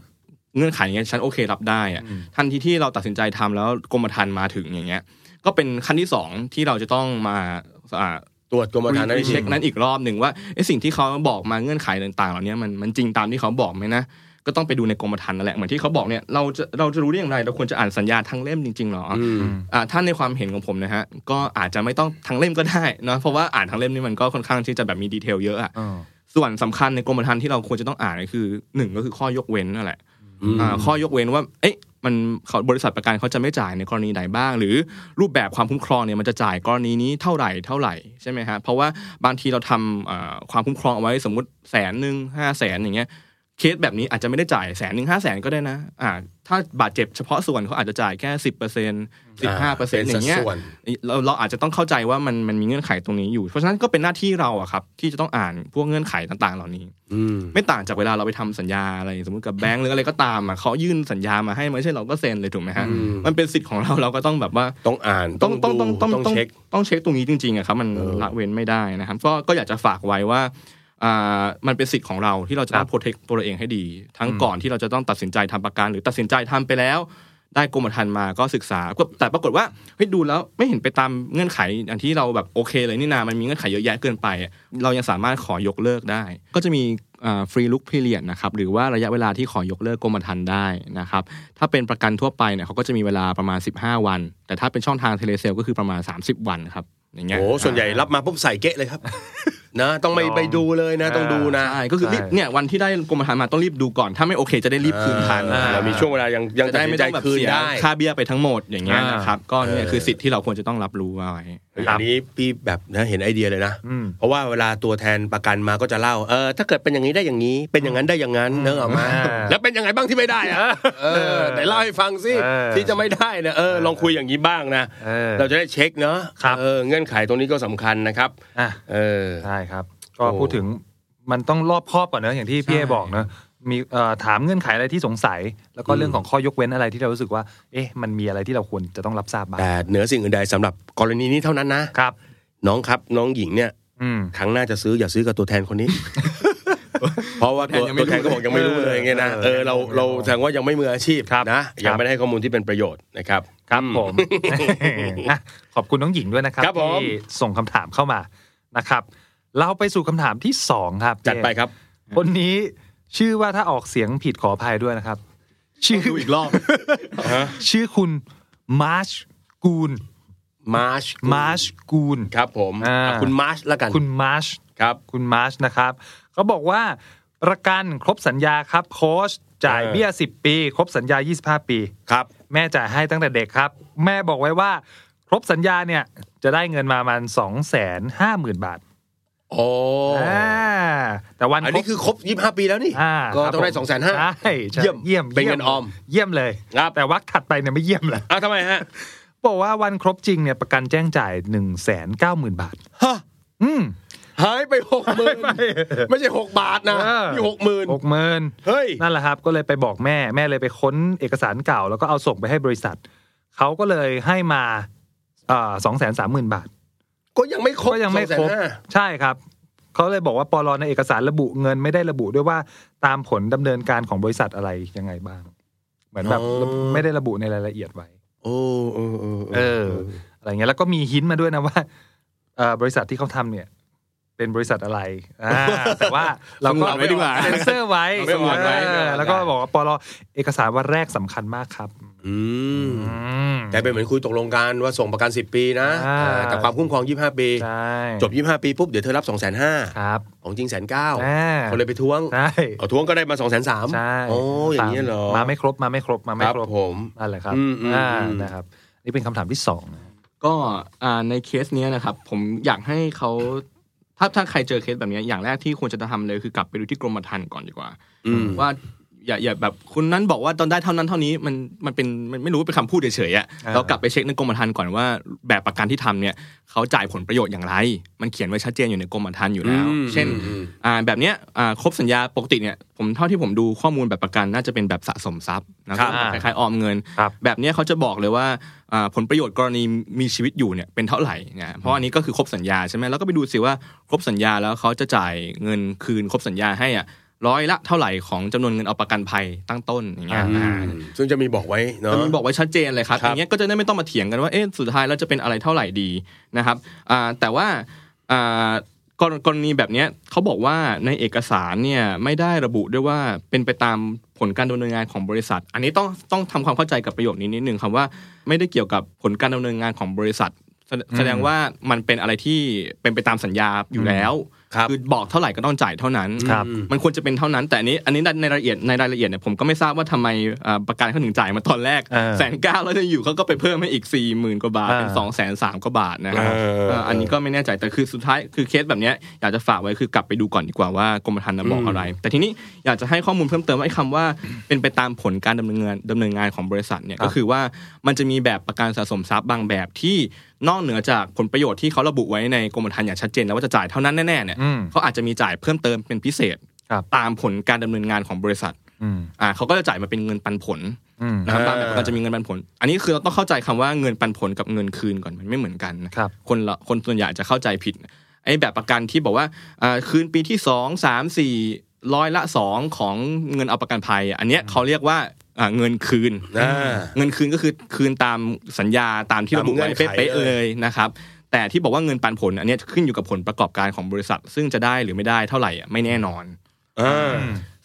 Speaker 5: เงื่อนไขอย่างเงี้ยฉันโอเครับได้อะทันทีที่เราตัดสินใจทำแล้วกรมธรรม์มาถึงอย่างเงี้ย ก็เป็นขั้นที่สองที่เราจะต้องมาอ่า
Speaker 4: ตรวจกรมธรรม์นั้น
Speaker 5: รีเช็คนั้นอีกรอบหนึ่งว่าเอ๊ะสิ่งที่เขาบอกมาเงื่อนไขต่างๆเหล่านี้มันมันจริงตามที่เขาบอกไหมนะก็ต้องไปดูในกรมธรรม์นั่นแหละเหมือนที่เขาบอกเนี่ยเราจะเราจะรู้ได้อย่างไรเราควรจะอ่านสัญญาทั้งเล่มจริงๆหรอ
Speaker 4: อืม
Speaker 5: อ่าถ้าในความเห็นของผมนะฮะก็อาจจะไม่ต้องทั้งเล่มก็ได้เนอะเพราะว่าอ่านทั้งเล่มนี่มันก็ค่อนข้างที่จะแบบมีดีเทลเยอะอะ ส่วนสำคัญในกรมธรรม์ที่เราควรจะต้องอ่านก็คือหนึ่งก็คือข้อยกเว้นนั่นแหละ
Speaker 4: อืม
Speaker 5: อ่าข้อยกเว้นว่า เอ๊ะมันเขาบริษัทประกันเขาจะไม่จ่ายในกรณีไหนบ้าง หรือรูปแบบความคุ้มครองเนี่ยมันจะจ่ายกรณีนี้เท่าไหร่เท่าไหร่ใช่ไหมฮะเพราะว่าบางทีเราทำอ่าความคุ้มครองเอาไว้สมมติแสนหนึ่งห้าแสนอย่างเงี้ยเคสแบบนี้อาจจะไม่ได้จ่ายแสนหนึ่งห้าแสนก็ได้นะอ่าถ้าบาดเจ็บเฉพาะส่วนเขาอาจจะจ่ายแค่สิบเปอร์เซ็นต์สิบห้าเปอร์เซ็นต์อย่างเงี้ย
Speaker 4: ป็สัดส่วน
Speaker 5: เราเราอาจจะต้องเข้าใจว่ามันมันมีเงื่อนไขตรงนี้อยู่ เพราะฉะนั้นก็เป็นหน้าที่เราอะครับที่จะต้องอ่านพวกเงื่อนไขต่างๆ เหล่านี้
Speaker 4: อืม
Speaker 5: ไม่ต่างจากเวลาเราไปทำสัญญาอะไรสมมติกับแบงก์หรืออะไรก็ตามอะเขายื่นสัญญามาให้ไม่ใช่เราก็เซ็นเลยถูกไหมฮะ
Speaker 4: อืม
Speaker 5: มันเป็นสิทธิ์ของเราเราก็ต้องแบบว่า
Speaker 4: ต้องอ่าน
Speaker 5: ต้องต้องต้อง
Speaker 4: ดู
Speaker 5: ต้อง
Speaker 4: ต้อง
Speaker 5: ต้อง
Speaker 4: เช็ค
Speaker 5: ต้องเช็คตรงนี้จริงๆอะครับมัน
Speaker 4: เออ
Speaker 5: ละเว้นไม่ได้นะครับก็ก็อยากจะฝากไว้ว่าอ่ามันเป็นสิทธิ์ของเราที่เราจะต้องโปรเทคตัวเราเองให้ดี ทั้งก่อนที่เราจะต้องตัดสินใจทำประกันหรือตัดสินใจทำไปแล้ว ได้กรมธรรม์มาก็ศึกษาก็แต่ปรากฏว่าเฮ้ยดูแล้วไม่เห็นไปตามเงื่อนไขอันที่เราแบบโอเคเลยนี่นามันมีเงื่อนไขเยอะแยะเกินไปอะเรายังสามารถขอยกเลิกได้ ก็จะมีฟรีลุกพิเรียนนะครับหรือว่าระยะเวลาที่ขอยกเลิกกรมธรรม์ได้นะครับถ้าเป็นประกันทั่วไปเนี่ยเขาก็จะมีเวลาประมาณ 15 วัน แต่ถ้าเป็นช่องทางเทเลเซลก็คือประมาณ 30 วันครับอย่างเงี้ย
Speaker 4: โอ้ส่วนใหญ่รับมาปุ๊บใส่เกะเลยครับ นะ ต้องไปไปดูเลยนะ ต้องดูนะ
Speaker 5: ใช่ก็คือรีบเนี่ยวันที่ได้กรมธรรม์มาต้องรีบดูก่อน ถ้าไม่โอเคจะได้รีบคืนทัน
Speaker 4: อ่ามีช่วงเวลายังยัง
Speaker 5: จะ
Speaker 4: ตัดสิ
Speaker 5: ได้ไม่
Speaker 4: นใจ
Speaker 5: ต้องแบบ
Speaker 4: คืน
Speaker 5: เสีย
Speaker 4: ได้
Speaker 5: ค่าเบี้ยไปทั้งหมดอย่างเงี้ย
Speaker 3: อ่าน
Speaker 5: นะครับก็เนี่ย
Speaker 4: เออ
Speaker 5: คือสิทธิ์ที่เราควรจะต้องรับรู้เอาไว้
Speaker 4: อัน
Speaker 3: ครับ
Speaker 4: นี้พี่แบบนะเห็นไอเดียเลยนะ
Speaker 3: อืม
Speaker 4: เพราะว่าเวลาตัวแทนประกันมาก็จะเล่าเออถ้าเกิดเป็นอย่างนี้ได้อย่างนี้ เป็นอย่างนั้นได้อย่างนั้นเนอะออกมา
Speaker 3: อ่า
Speaker 4: แล้วเป็นยังไงบ้างที่ไม่ได้อะเออไหนเล่าให้ฟังสิ
Speaker 3: เออ
Speaker 4: ที่จะไม่ได้เนอะเออลองคุยอย่างนี้บ้างนะ
Speaker 3: เออ
Speaker 4: เราจะได้เช็คเนอะ
Speaker 3: ครับ
Speaker 4: เออเงื่อนไขตรงนี้ก็สำคัญนะครับ
Speaker 3: อ่ะ
Speaker 4: เออ
Speaker 3: ใช่ครับ ก็
Speaker 4: โอ้
Speaker 3: พูดถึงมันต้องรอบครอบก่อนเนอะอย่างที่พี่เอบอกเนอะมีเอ่อถามเงื่อนไขอะไรที่สงสัย แล้วก็เรื่องของข้อยกเว้นอะไรที่เรารู้สึกว่า เอ๊ะ มันมีอะไรที่เราควรจะต้องรับทราบบ้าง
Speaker 4: แต่เหนือสิ่งอื่นใดสำหรับกรณีนี้เท่านั้นนะ
Speaker 3: ครับ
Speaker 4: น้องครับน้องหญิงเนี่ย
Speaker 3: อืม
Speaker 4: ครั้งหน้าจะซื้ออย่าซื้อกับตัวแทน คนนี้ เพราะว่าตัว
Speaker 5: ตัวแทนยัง
Speaker 4: ตัวแทนก็
Speaker 5: ไม่
Speaker 4: บอกยังไม่รู้เลยไงนะ
Speaker 3: เออ
Speaker 4: เออเราเราแสดงว่ายังไม่มืออาชีพ
Speaker 3: ครับ
Speaker 4: นะยั
Speaker 3: ค
Speaker 4: ง
Speaker 3: รับ
Speaker 4: ไม่ได้ให้ข้อมูลที่เป็นประโยชน์นะครับ
Speaker 3: ครับผม อ่ะขอบคุณน้องหญิงด้วยนะครับ
Speaker 4: ครับผม
Speaker 3: ที่ส่งคำถามเข้ามานะครับ เราไปสู่คำถามที่สองครับ
Speaker 4: จัดไปครับ
Speaker 3: คนนี้ชื่อว่าถ้าออกเสียงผิดขออภัยด้วยนะครับ ชื่อ
Speaker 5: ดูอีกรอบ
Speaker 3: ชื่อคุณมาร์ชกูน
Speaker 4: มาร์ช
Speaker 3: มาร์ชกูน
Speaker 4: ครับผม
Speaker 3: อ่า
Speaker 4: อ่ะคุณมาร์ชละกัน
Speaker 3: คุณมาร์ช
Speaker 4: ครับ
Speaker 3: คุณมาร์ชนะครับเขาบอกว่าประกันครบสัญญาครับโค้ชจ่าย
Speaker 4: เออ
Speaker 3: เบี้ย 10 ปี ครบสัญญา 25 ปี
Speaker 4: ครับ
Speaker 3: แม่จ่ายให้ตั้งแต่เด็กครับ แม่บอกไว้ว่า ครบสัญญาเนี่ย จะได้เงินมาประมัน2 5 0 0 0 0 บาท
Speaker 4: โอ้
Speaker 3: อ่าแต่วัน
Speaker 4: อันนี้คือครบ 25 ปีแล้วนี่
Speaker 3: อ่า
Speaker 4: ก็ต้อง
Speaker 3: ค
Speaker 4: ได้
Speaker 3: รับผม
Speaker 4: สองแสนห้า
Speaker 3: ใช่ใช่
Speaker 4: เยี่ยม
Speaker 3: เยี่ยม
Speaker 4: เป็นเงินออม
Speaker 3: เยี่ยมเลย
Speaker 4: ครับ
Speaker 3: แต่วักถัดไปเนี่ยไม่เยี่ยมเลย
Speaker 4: อ้าวทำไมฮะ
Speaker 3: บอกว่าวันครบจริงเนี่ยประกันแจ้งจ่าย1นึ่งแสนเก้าหมื่นบาท
Speaker 4: ฮะ
Speaker 3: อืม
Speaker 4: หายไปหกหมื่นไม่ใช่หกบาทนะ
Speaker 3: เออ
Speaker 4: นี่หกหมื่น
Speaker 3: หกหมื่น
Speaker 4: เฮ้ย
Speaker 3: นั่นแหละครับ ก็เลยไปบอกแม่ แม่เลยไปค้นเอกสารเก่า แล้วก็เอาส่งไปให้บริษัท เขาก็เลยให้มาสองแสนสามหมื่นบาท
Speaker 4: ก็ยังไม่ครบ
Speaker 3: ก็ยังไม่ครบ
Speaker 4: 250,000
Speaker 3: ใช่ครับ เขาเลยบอกว่าปลอในเอกสารระบุเงินไม่ได้ระบุด้วยว่าตามผลดำเนินการของบริษัทอะไรยังไงบ้าง เหมือนแบบไม่ได้ระบุในรายละเอียดไว้
Speaker 4: โอ้เออเออ
Speaker 3: เออ อะไรเงี้ย แล้วก็มีหินมาด้วยนะว่าเอ่อบริษัทที่เขาทำเนี่ย เป็นบริษัทอะไรอ่าแต่ ว่าเราก็
Speaker 5: สงวนไว้ดีกว่า
Speaker 3: เซ็นเซอร์ไว้
Speaker 5: สงวนไว้
Speaker 3: เออแล้วก็บอกว่าปลอเอกสารวันแรกสำคัญมากครับ
Speaker 4: อืม
Speaker 3: อืม
Speaker 4: แต่เป็นเหมือนคุยตกลงกันว่าส่งประกัน 10 ปีนะ
Speaker 3: อ่า
Speaker 4: เออแต่ความคุ้มครอง 25 ปี
Speaker 3: ใช่
Speaker 4: จบ 25 ปีปุ๊บ เดี๋ยวเธอรับ 2 5 0 0 0 0
Speaker 3: ครับ
Speaker 4: ของจริงแสนเก้า
Speaker 3: อ่า
Speaker 4: เขาเลยไปทวง
Speaker 3: ใช่
Speaker 4: เอาทวงก็ได้มา 2 3 0 0
Speaker 3: ใช่
Speaker 4: 0โอ้อย่างนี้ยเหรอ
Speaker 3: มาไม่ครบมาไม่ครบมาไม่
Speaker 4: ครับ
Speaker 3: ครบ
Speaker 4: ผม
Speaker 3: นั่นแหละครับ
Speaker 4: อืมอืม
Speaker 3: อ่า
Speaker 4: อืม
Speaker 3: นะครับ นี่เป็นคำถามที่สองนะ
Speaker 5: ก็อ่าในเคสเนี้ยนะครับผมอยากให้เขาถ้าถ้าใครเจอเคสแบบเนี้ยอย่างแรกที่ควรจะทำเลยคือกลับไปดูที่กรมธรรม์ก่อนดีกว่า
Speaker 4: อืม
Speaker 5: ว่าอย่าอย่าแบบคุณนั้นบอกว่าตอนได้เท่านั้นเท่านี้มันมันเป็นมันไม่รู้เป็นคำพูดเฉยๆอะ
Speaker 3: อ่า
Speaker 5: เรากลับไปเช็คในกรมธรรม์ก่อนว่าแบบประกันที่ทำเนี่ยเขาจ่ายผลประโยชน์อย่างไร มันเขียนไว้ชัดเจนอยู่ในกรมธรรม์อยู่แล้ว
Speaker 4: อืม
Speaker 5: เช่น
Speaker 4: อืม
Speaker 5: อ่าแบบเนี้ยอ่าครบสัญญาปกติเนี่ยผมเท่าที่ผมดูข้อมูลแบบประกันน่าจะเป็นแบบสะสมทรัพย์นะครับคล้ายๆออมเงิน
Speaker 3: ครับ
Speaker 5: แบบเนี้ยเขาจะบอกเลยว่าอ่าผลประโยชน์กรณีมีชีวิตอยู่เนี่ยเป็นเท่าไหร่นะเพราะอันนี้ก็คือครบสัญญาใช่ไหมแล้วก็ไปดูสิว่าครบสัญญาแล้วเขาจะจ่ายเงินคืนครบสัญญาให้อ่ะร้อยละเท่าไหร่ของจำนวนเงินเอาประกันภัยตั้งต้นอย่างเงี้ย
Speaker 3: อ่า
Speaker 5: อ่า
Speaker 4: ซึ่งจะมีบอกไว้เนาะ
Speaker 5: แต่มันบอกไว้ชัดเจนเลยครับ
Speaker 4: ครั
Speaker 5: อบ ย่างเงี้ยก็จะได้ไม่ต้องมาเถียงกันว่าเอ๊ะสุดท้ายแล้วจะเป็นอะไรเท่าไหร่ดีนะครับอ่าแต่ว่าอ่ากรกรณีแบบเนี้ยเขาบอกว่าในเอกสารเนี่ยไม่ได้ระบุด้วยว่าเป็นไปตามผลการดำเนินงานของบริษัท อันนี้ต้องต้องทำความเข้าใจกับประโยคนี้นิดนึงครับว่า ไม่ได้เกี่ยวกับผลการดำเนินงานของบริษัท แสดแสดงว่ามันเป็นอะไรที่เป็นไปตามสัญญาอยู่แล้ว
Speaker 4: ครับ
Speaker 5: อบอกเท่าไหร่ก็ต้องจ่ายเท่านั้น
Speaker 3: ครับ
Speaker 5: มันควรจะเป็นเท่านั้น แต่อันนี้อันนี้ในรายละเอียดในรายละเอียดเนี่ยผมก็ไม่ทราบว่าทำไมเอ่อประกันเขาถึงจ่ายมาตอนแรก
Speaker 3: เออ
Speaker 5: แสนเก้าแล้วเนี่ยอยู่เขาก็ไปเพิ่มให้อีก4ี่หมื่นกว่าบาทเป็น
Speaker 3: เออ
Speaker 5: สองแสนสามกว่าบาทนะครับ
Speaker 4: เออ
Speaker 5: เอ่ออันนี้ก็ไม่แน่ใจแต่คือสุดท้ายคือเคสแบบเนี้ยอยากจะฝากไว้คือกลับไปดูก่อนดีกว่าว่ากรมธรรม์น่ะบอกอะไร แต่ทีนี้อยากจะให้ข้อมูลเพิ่มเติมว่าไอ้คำว่าเป็นไปตามผลการดำเนินงานดำเนินงานของบริษัทเนี่ยก็คือว่ามันจะมีแบบประกันสะสมทรัพย์บางแบบที่นอกเหนือจากผลประโยชน์ที่เขาระบุไว้ในกรมธรรม์อย่างชัดเจนแล้วว่าจะจ่ายเท่านั้นแน่ๆเนี่ย
Speaker 3: อืม
Speaker 5: เขาอาจจะมีจ่ายเพิ่มเติมเป็นพิเศษ
Speaker 3: ครับ
Speaker 5: ตามผลการดำเนินงานของบริษัท
Speaker 3: อืม
Speaker 5: อ่าเขาก็จะจ่ายมาเป็นเงินปันผล
Speaker 3: อืม
Speaker 5: นะครับ
Speaker 4: อ่า
Speaker 5: ตามแบบประกันจะมีเงินปันผล อันนี้คือเราต้องเข้าใจคำว่าเงินปันผลกับเงินคืนก่อนมันไม่เหมือนกันนะครับ คนละคนส่วนใหญ่จะเข้าใจผิดไอ้แบบประกันที่บอกว่าอ่าคืนปีที่สองสามสี่ร้อยละสองของเงินเอาประกันภัยอ่ะอันเนี้ยเขาเรียกว่า อ่าเงินคืน
Speaker 4: อ่า
Speaker 5: เงินคืนก็คือคืนตามสัญญาตามที่ระบุไว้
Speaker 4: ตามเงื่อนไข
Speaker 5: เป๊ะๆ
Speaker 4: เล
Speaker 5: เลย ยนะครับ แต่ที่บอกว่าเงินปันผลอันเนี้ยขึ้นอยู่กับผลประกอบการของบริษัท ซึ่งจะได้หรือไม่ได้เท่าไหร่อ่ะไม่แน่นอน
Speaker 4: อ่า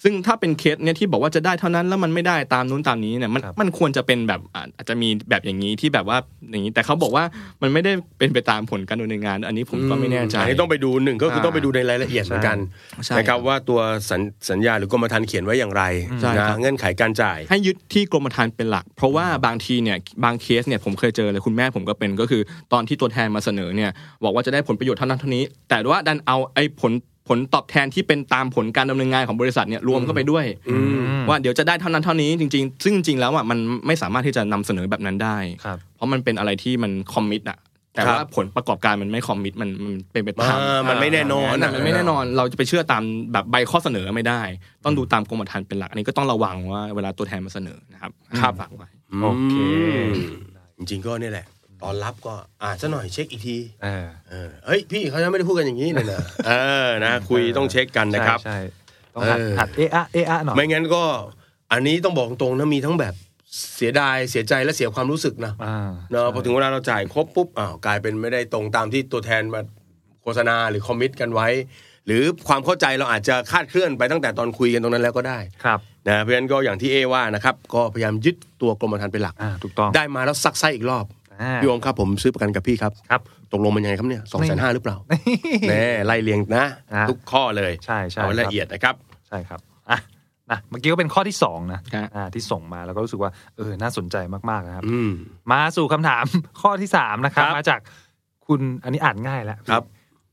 Speaker 5: ซึ่งถ้าเป็นเคสเนี่ยที่บอกว่าจะได้เท่านั้นแล้วมันไม่ได้ตามนู้นตามนี้เนี่ยมันมันควรจะเป็นแบบอ่ะอาจจะมีแบบอย่างนี้ที่แบบว่าอย่างนี้แต่เขาบอกว่ามันไม่ได้เป็นไปตามผลการดำเนินงาน อันนี้ผมก็ไม่แน่ใจ
Speaker 4: อันนี้ต้องไปดูหนึ่งก็คือ
Speaker 5: อ่า
Speaker 4: ต้องไปดูในรายละเอียดเหมือนกัน
Speaker 5: ใช่
Speaker 4: นะครับว่าตัวสัญสัญญาหรือกรมธรรม์เขียนไว้อย่างไร
Speaker 5: ใช่
Speaker 4: นะครับ เงื่อนไขการจ่าย
Speaker 5: ให้ยึดที่กรมธรรม์เป็นหลัก เพราะว่าบางทีเนี่ยบางเคสเนี่ยผมเคยเจอเลยคุณแม่ผมก็เป็นก็คือ ตอนที่ตัวแทนมาเสนอเนี่ยบอกว่าจะได้ผลประโยชน์เท่านั้นเท่านี้ แต่ว่าดันเอาไอ้ผลผลตอบแทนที่เป็นตามผลการดำเนินงานของบริษัทเนี่ยรวมเข้าไปด้วย ว่าเดี๋ยวจะได้เท่านั้นเท่านี้จริงๆ ซึ่งจริงๆแล้วอ่ะมันไม่สามารถที่จะนำเสนอแบบนั้นได้
Speaker 3: ครับ
Speaker 5: เพราะมันเป็นอะไรที่มันคอมมิตอะแต่ว่าผลประกอบการมันไม่คอมมิตมันมันเป็นไปตาม
Speaker 4: อ่ามันไม่แน่นอน
Speaker 5: มันไม่แน่นอนเราจะไปเชื่อตามแบบใบข้อเสนอไม่ได้ ต้องดูตามกรมธรรม์เป็นหลักอันนี้ก็ต้องระวังว่าเวลาตัวแทนมาเสนอนะครับครับฝากไว้
Speaker 3: โอเค
Speaker 4: มจริงๆก็เนี่ยแหละ ตอนรับก็อ่านซะหน่อยเช็คอีกที
Speaker 3: เออ
Speaker 4: เออเฮ้ยพี่เขายังไม่ได้พูดกันอย่างนี้เลยนะเออนะคุยต้องเช็คกันนะครับ
Speaker 3: ใช่ใช่ต้องหัด
Speaker 4: เออ
Speaker 3: หัดเอะอะเอะอะหน่อย
Speaker 4: ไม่งั้นก็อันนี้ต้องบอกตรงๆนะมีทั้งแบบเสียดายเสียใจและเสียความรู้สึกนะ
Speaker 3: อ่า
Speaker 4: เนาะพอถึงเวลาเราจ่ายครบปุ๊บอ้าวกลายเป็นไม่ได้ตรงตามที่ตัวแทนมาโฆษณาหรือคอมมิตกันไว้ หรือความเข้าใจเราอาจจะคลาดเคลื่อนไปตั้งแต่ตอนคุยกันตรงนั้นแล้วก็ได้
Speaker 3: ครับ
Speaker 4: นะเพราะฉะนั้นก็อย่างที่เอว่านะครับก็พยายามยึดตัวกรมธรรม์เป็นหลัก
Speaker 3: อ่าถูกต้อง
Speaker 4: ได้มาแล้วซักไส้อีกรอบ
Speaker 3: อ่า
Speaker 4: พี่โอมครับผมซื้อประกันกับพี่ครับ
Speaker 3: ครับ
Speaker 4: ตกลงมันยังไงครับเนี่ยสองแสนห้าหรือเปล่าแน่ไล่เรียงนะ
Speaker 3: อ่ะ
Speaker 4: ทุกข้อเลย
Speaker 3: ใช่ใช่
Speaker 4: เอา
Speaker 3: ครั
Speaker 4: ละ
Speaker 3: บ
Speaker 4: เอียดนะครับ
Speaker 3: ใช่ครับอ่ะนะเมื่อกี้ก็เป็นข้อที่สองนะครับ อ่าที่ส่งมาแล้วก็รู้สึกว่าเออน่าสนใจมากๆนะครับ
Speaker 4: อืม
Speaker 3: มาสู่คำถาม ข้อที่สามนะครับ
Speaker 4: ครับ
Speaker 3: มาจากคุณอันนี้อ่านง่ายแล้ว
Speaker 4: ครับ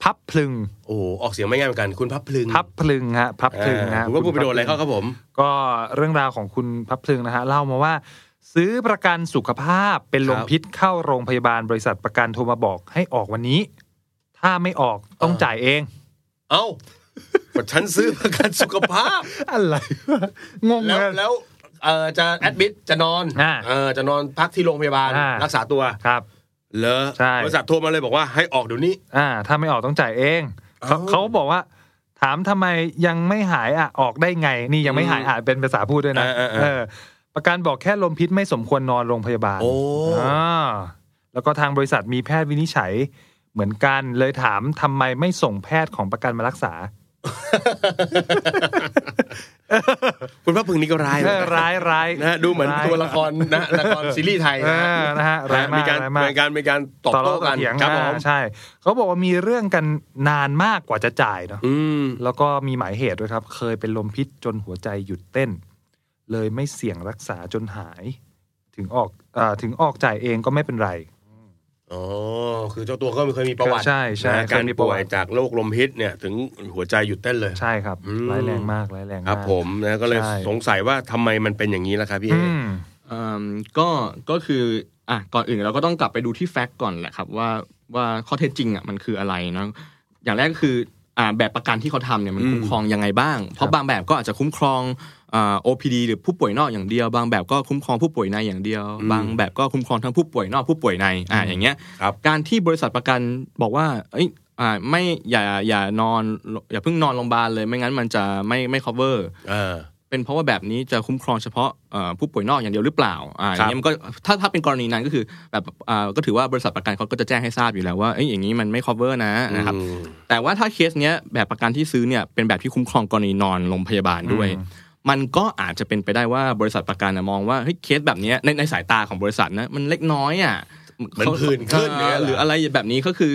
Speaker 3: พับพลึง
Speaker 4: โอ้ออกเสียงไม่ง่ายเหมือนกัน คุณพับพลึง
Speaker 3: พับพลึงฮะพับพลึง
Speaker 4: อ่า
Speaker 3: ฮะ
Speaker 4: ผมว่าพูดไปโดนอะไร
Speaker 3: คุ
Speaker 4: เขา
Speaker 3: ณ
Speaker 4: ครับผม
Speaker 3: ก็เรื่องราวของคุณพับพลึงนะฮะเล่ามาว่า ซื้อประกันสุขภาพเป็นลม
Speaker 4: ครับ
Speaker 3: พิษเข้าโรงพยาบาลบริษัทประกันโทรมาบอกให้ออกวันนี้ ถ้าไม่ออกต้อง
Speaker 4: เออ
Speaker 3: จ่ายเอง
Speaker 4: เอ้าก็ฉันซื้อประกันสุขภาพ
Speaker 3: อะไรวะงง
Speaker 4: แล้ว
Speaker 3: เลย
Speaker 4: แล้วเออจะแอดมิดจะนอน
Speaker 3: อ่า
Speaker 4: เออจะนอนพักที่โรงพยาบาล
Speaker 3: อ่ารั
Speaker 4: รักษาตัว
Speaker 3: ครับ
Speaker 4: เลอ
Speaker 3: ใช่
Speaker 4: บริษัทโทรมาเลยบอกว่าให้ออกเดี๋ยวนี้
Speaker 3: อ่าถ้าไม่ออกต้องจ่ายเองเขา
Speaker 4: เอ้า
Speaker 3: เขาบอกว่า ถามทำไมยังไม่หายอ่ะออกได้ไง นี่ยังไม่หาย
Speaker 4: อืม
Speaker 3: อ่านเป็นภาษาพูดด้วยนะ
Speaker 4: เออเออเออ
Speaker 3: เออ ประกันบอกแค่ลมพิษไม่สมควรนอนโรงพยาบาล
Speaker 4: โอ้
Speaker 3: อ่าแล้วก็ทางบริษัทมีแพทย์วินิจฉัย เหมือนกันเลยถามทำไมไม่ส่งแพทย์ของประกันมารักษา
Speaker 4: คุณพับพลึงนี่ก็ร้ายเหมื
Speaker 3: เอ
Speaker 4: อน
Speaker 3: อ
Speaker 4: กัน
Speaker 3: ร้ายร้าย
Speaker 4: นะฮะดูเหมือน
Speaker 3: าย
Speaker 4: ตัวละครนะละครซีรีส์ไทยนะฮะ
Speaker 3: เออนะฮะร้ายมาก
Speaker 4: มีการ
Speaker 3: ร้ายมาก
Speaker 4: มีการมีการตอบโต้กัน
Speaker 3: เถียง
Speaker 4: ครับผ
Speaker 3: อ่าม ใช่ เขาบอกว่ามีเรื่องกันนานมากกว่าจะจ่ายเนาะ
Speaker 4: อืม
Speaker 3: แล้วก็มีหมายเหตุด้วยครับ เคยเป็นลมพิษจนหัวใจหยุดเต้น เลยไม่เสี่ยงรักษาจนหาย ถึงออกเออถึงออกจ่ายเองก็ไม่เป็นไร
Speaker 4: อ๋อ คือเจ้าตัวก็ไม่เคยมีประวัติ
Speaker 3: ใช่ใช่
Speaker 4: นะ
Speaker 3: เค
Speaker 4: การ
Speaker 3: ยมีประ
Speaker 4: ป่
Speaker 3: วั
Speaker 4: ว
Speaker 3: ติ
Speaker 4: ยจากโรคลมพิษเนี่ยถึงหัวใจหยุดเต้นเลย
Speaker 3: ใช่ครับ
Speaker 4: อืม
Speaker 3: ร้ายแรงมากร้ายแรงมาก
Speaker 4: ครับผมนะก็เลย
Speaker 3: ใช่
Speaker 4: สงสัยว่าทำไมมันเป็นอย่างนี้ล่ะครับพี่เอ
Speaker 3: อืม
Speaker 5: อืมก็ก็คืออ่ะก่อนอื่นเราก็ต้องกลับไปดูที่แฟกต์ก่อนแหละครับว่าว่าข้อเท็จจริงอ่ะมันคืออะไรเนอะอย่างแรกก็คืออ่าแบบประกันที่เขาทำเนี่ยมันคุ้มครองยังไงบ้าง เพราะบางแบบก็อาจจะคุ้มครองอ่า OPD หรือผู้ป่วยนอกอย่างเดียว บางแบบก็คุ้มครองผู้ป่วยในอย่างเดียว บางแบบก็คุ้มครองทั้งผู้ป่วยนอกผู้ป่วยในอ่าอย่างเงี้ย
Speaker 4: ครับ
Speaker 5: การที่บริษัทประกันบอกว่า เอ้ยอ่าไม่อย่าอย่านอนอย่าเพิ่งนอนโรงพยาบาลเลยไม่งั้นมันจะไม่ไม่ cover
Speaker 4: เออ
Speaker 5: เป็นเพราะว่าแบบนี้จะคุ้มครองเฉพาะเอ่อผู้ป่วยนอกอย่างเดียวหรือเปล่าอ่าอย่างนี้ยมันก็ถ้าถ้าเป็นกรณีนั้นก็คือแบบอ่าก็ถือว่าบริษัทประกันเขาก็จะแจ้งให้ทราบอยู่แล้วว่าเอ้ยอย่างนี้มันไม่ cover นะนะครับ
Speaker 4: อืม
Speaker 5: แต่ว่าถ้าเคสเนี้ยแบบประกันที่ซื้อเนี่ยเป็นแบบที่คุ้มครองกรณีนอนโรงพยาบาลด้วย มันก็อาจจะเป็นไปได้ว่าบริษัทประกันน่ะมองว่าเฮ้ยเคสแบบเนี้ยในในสายตาของบริษัทนะมันเล็กน้อยอ่ะ
Speaker 4: เหมือนผื่นขึ้นเนี่ยเหรอ
Speaker 5: หรืออะไรแบบนี้ก็คือ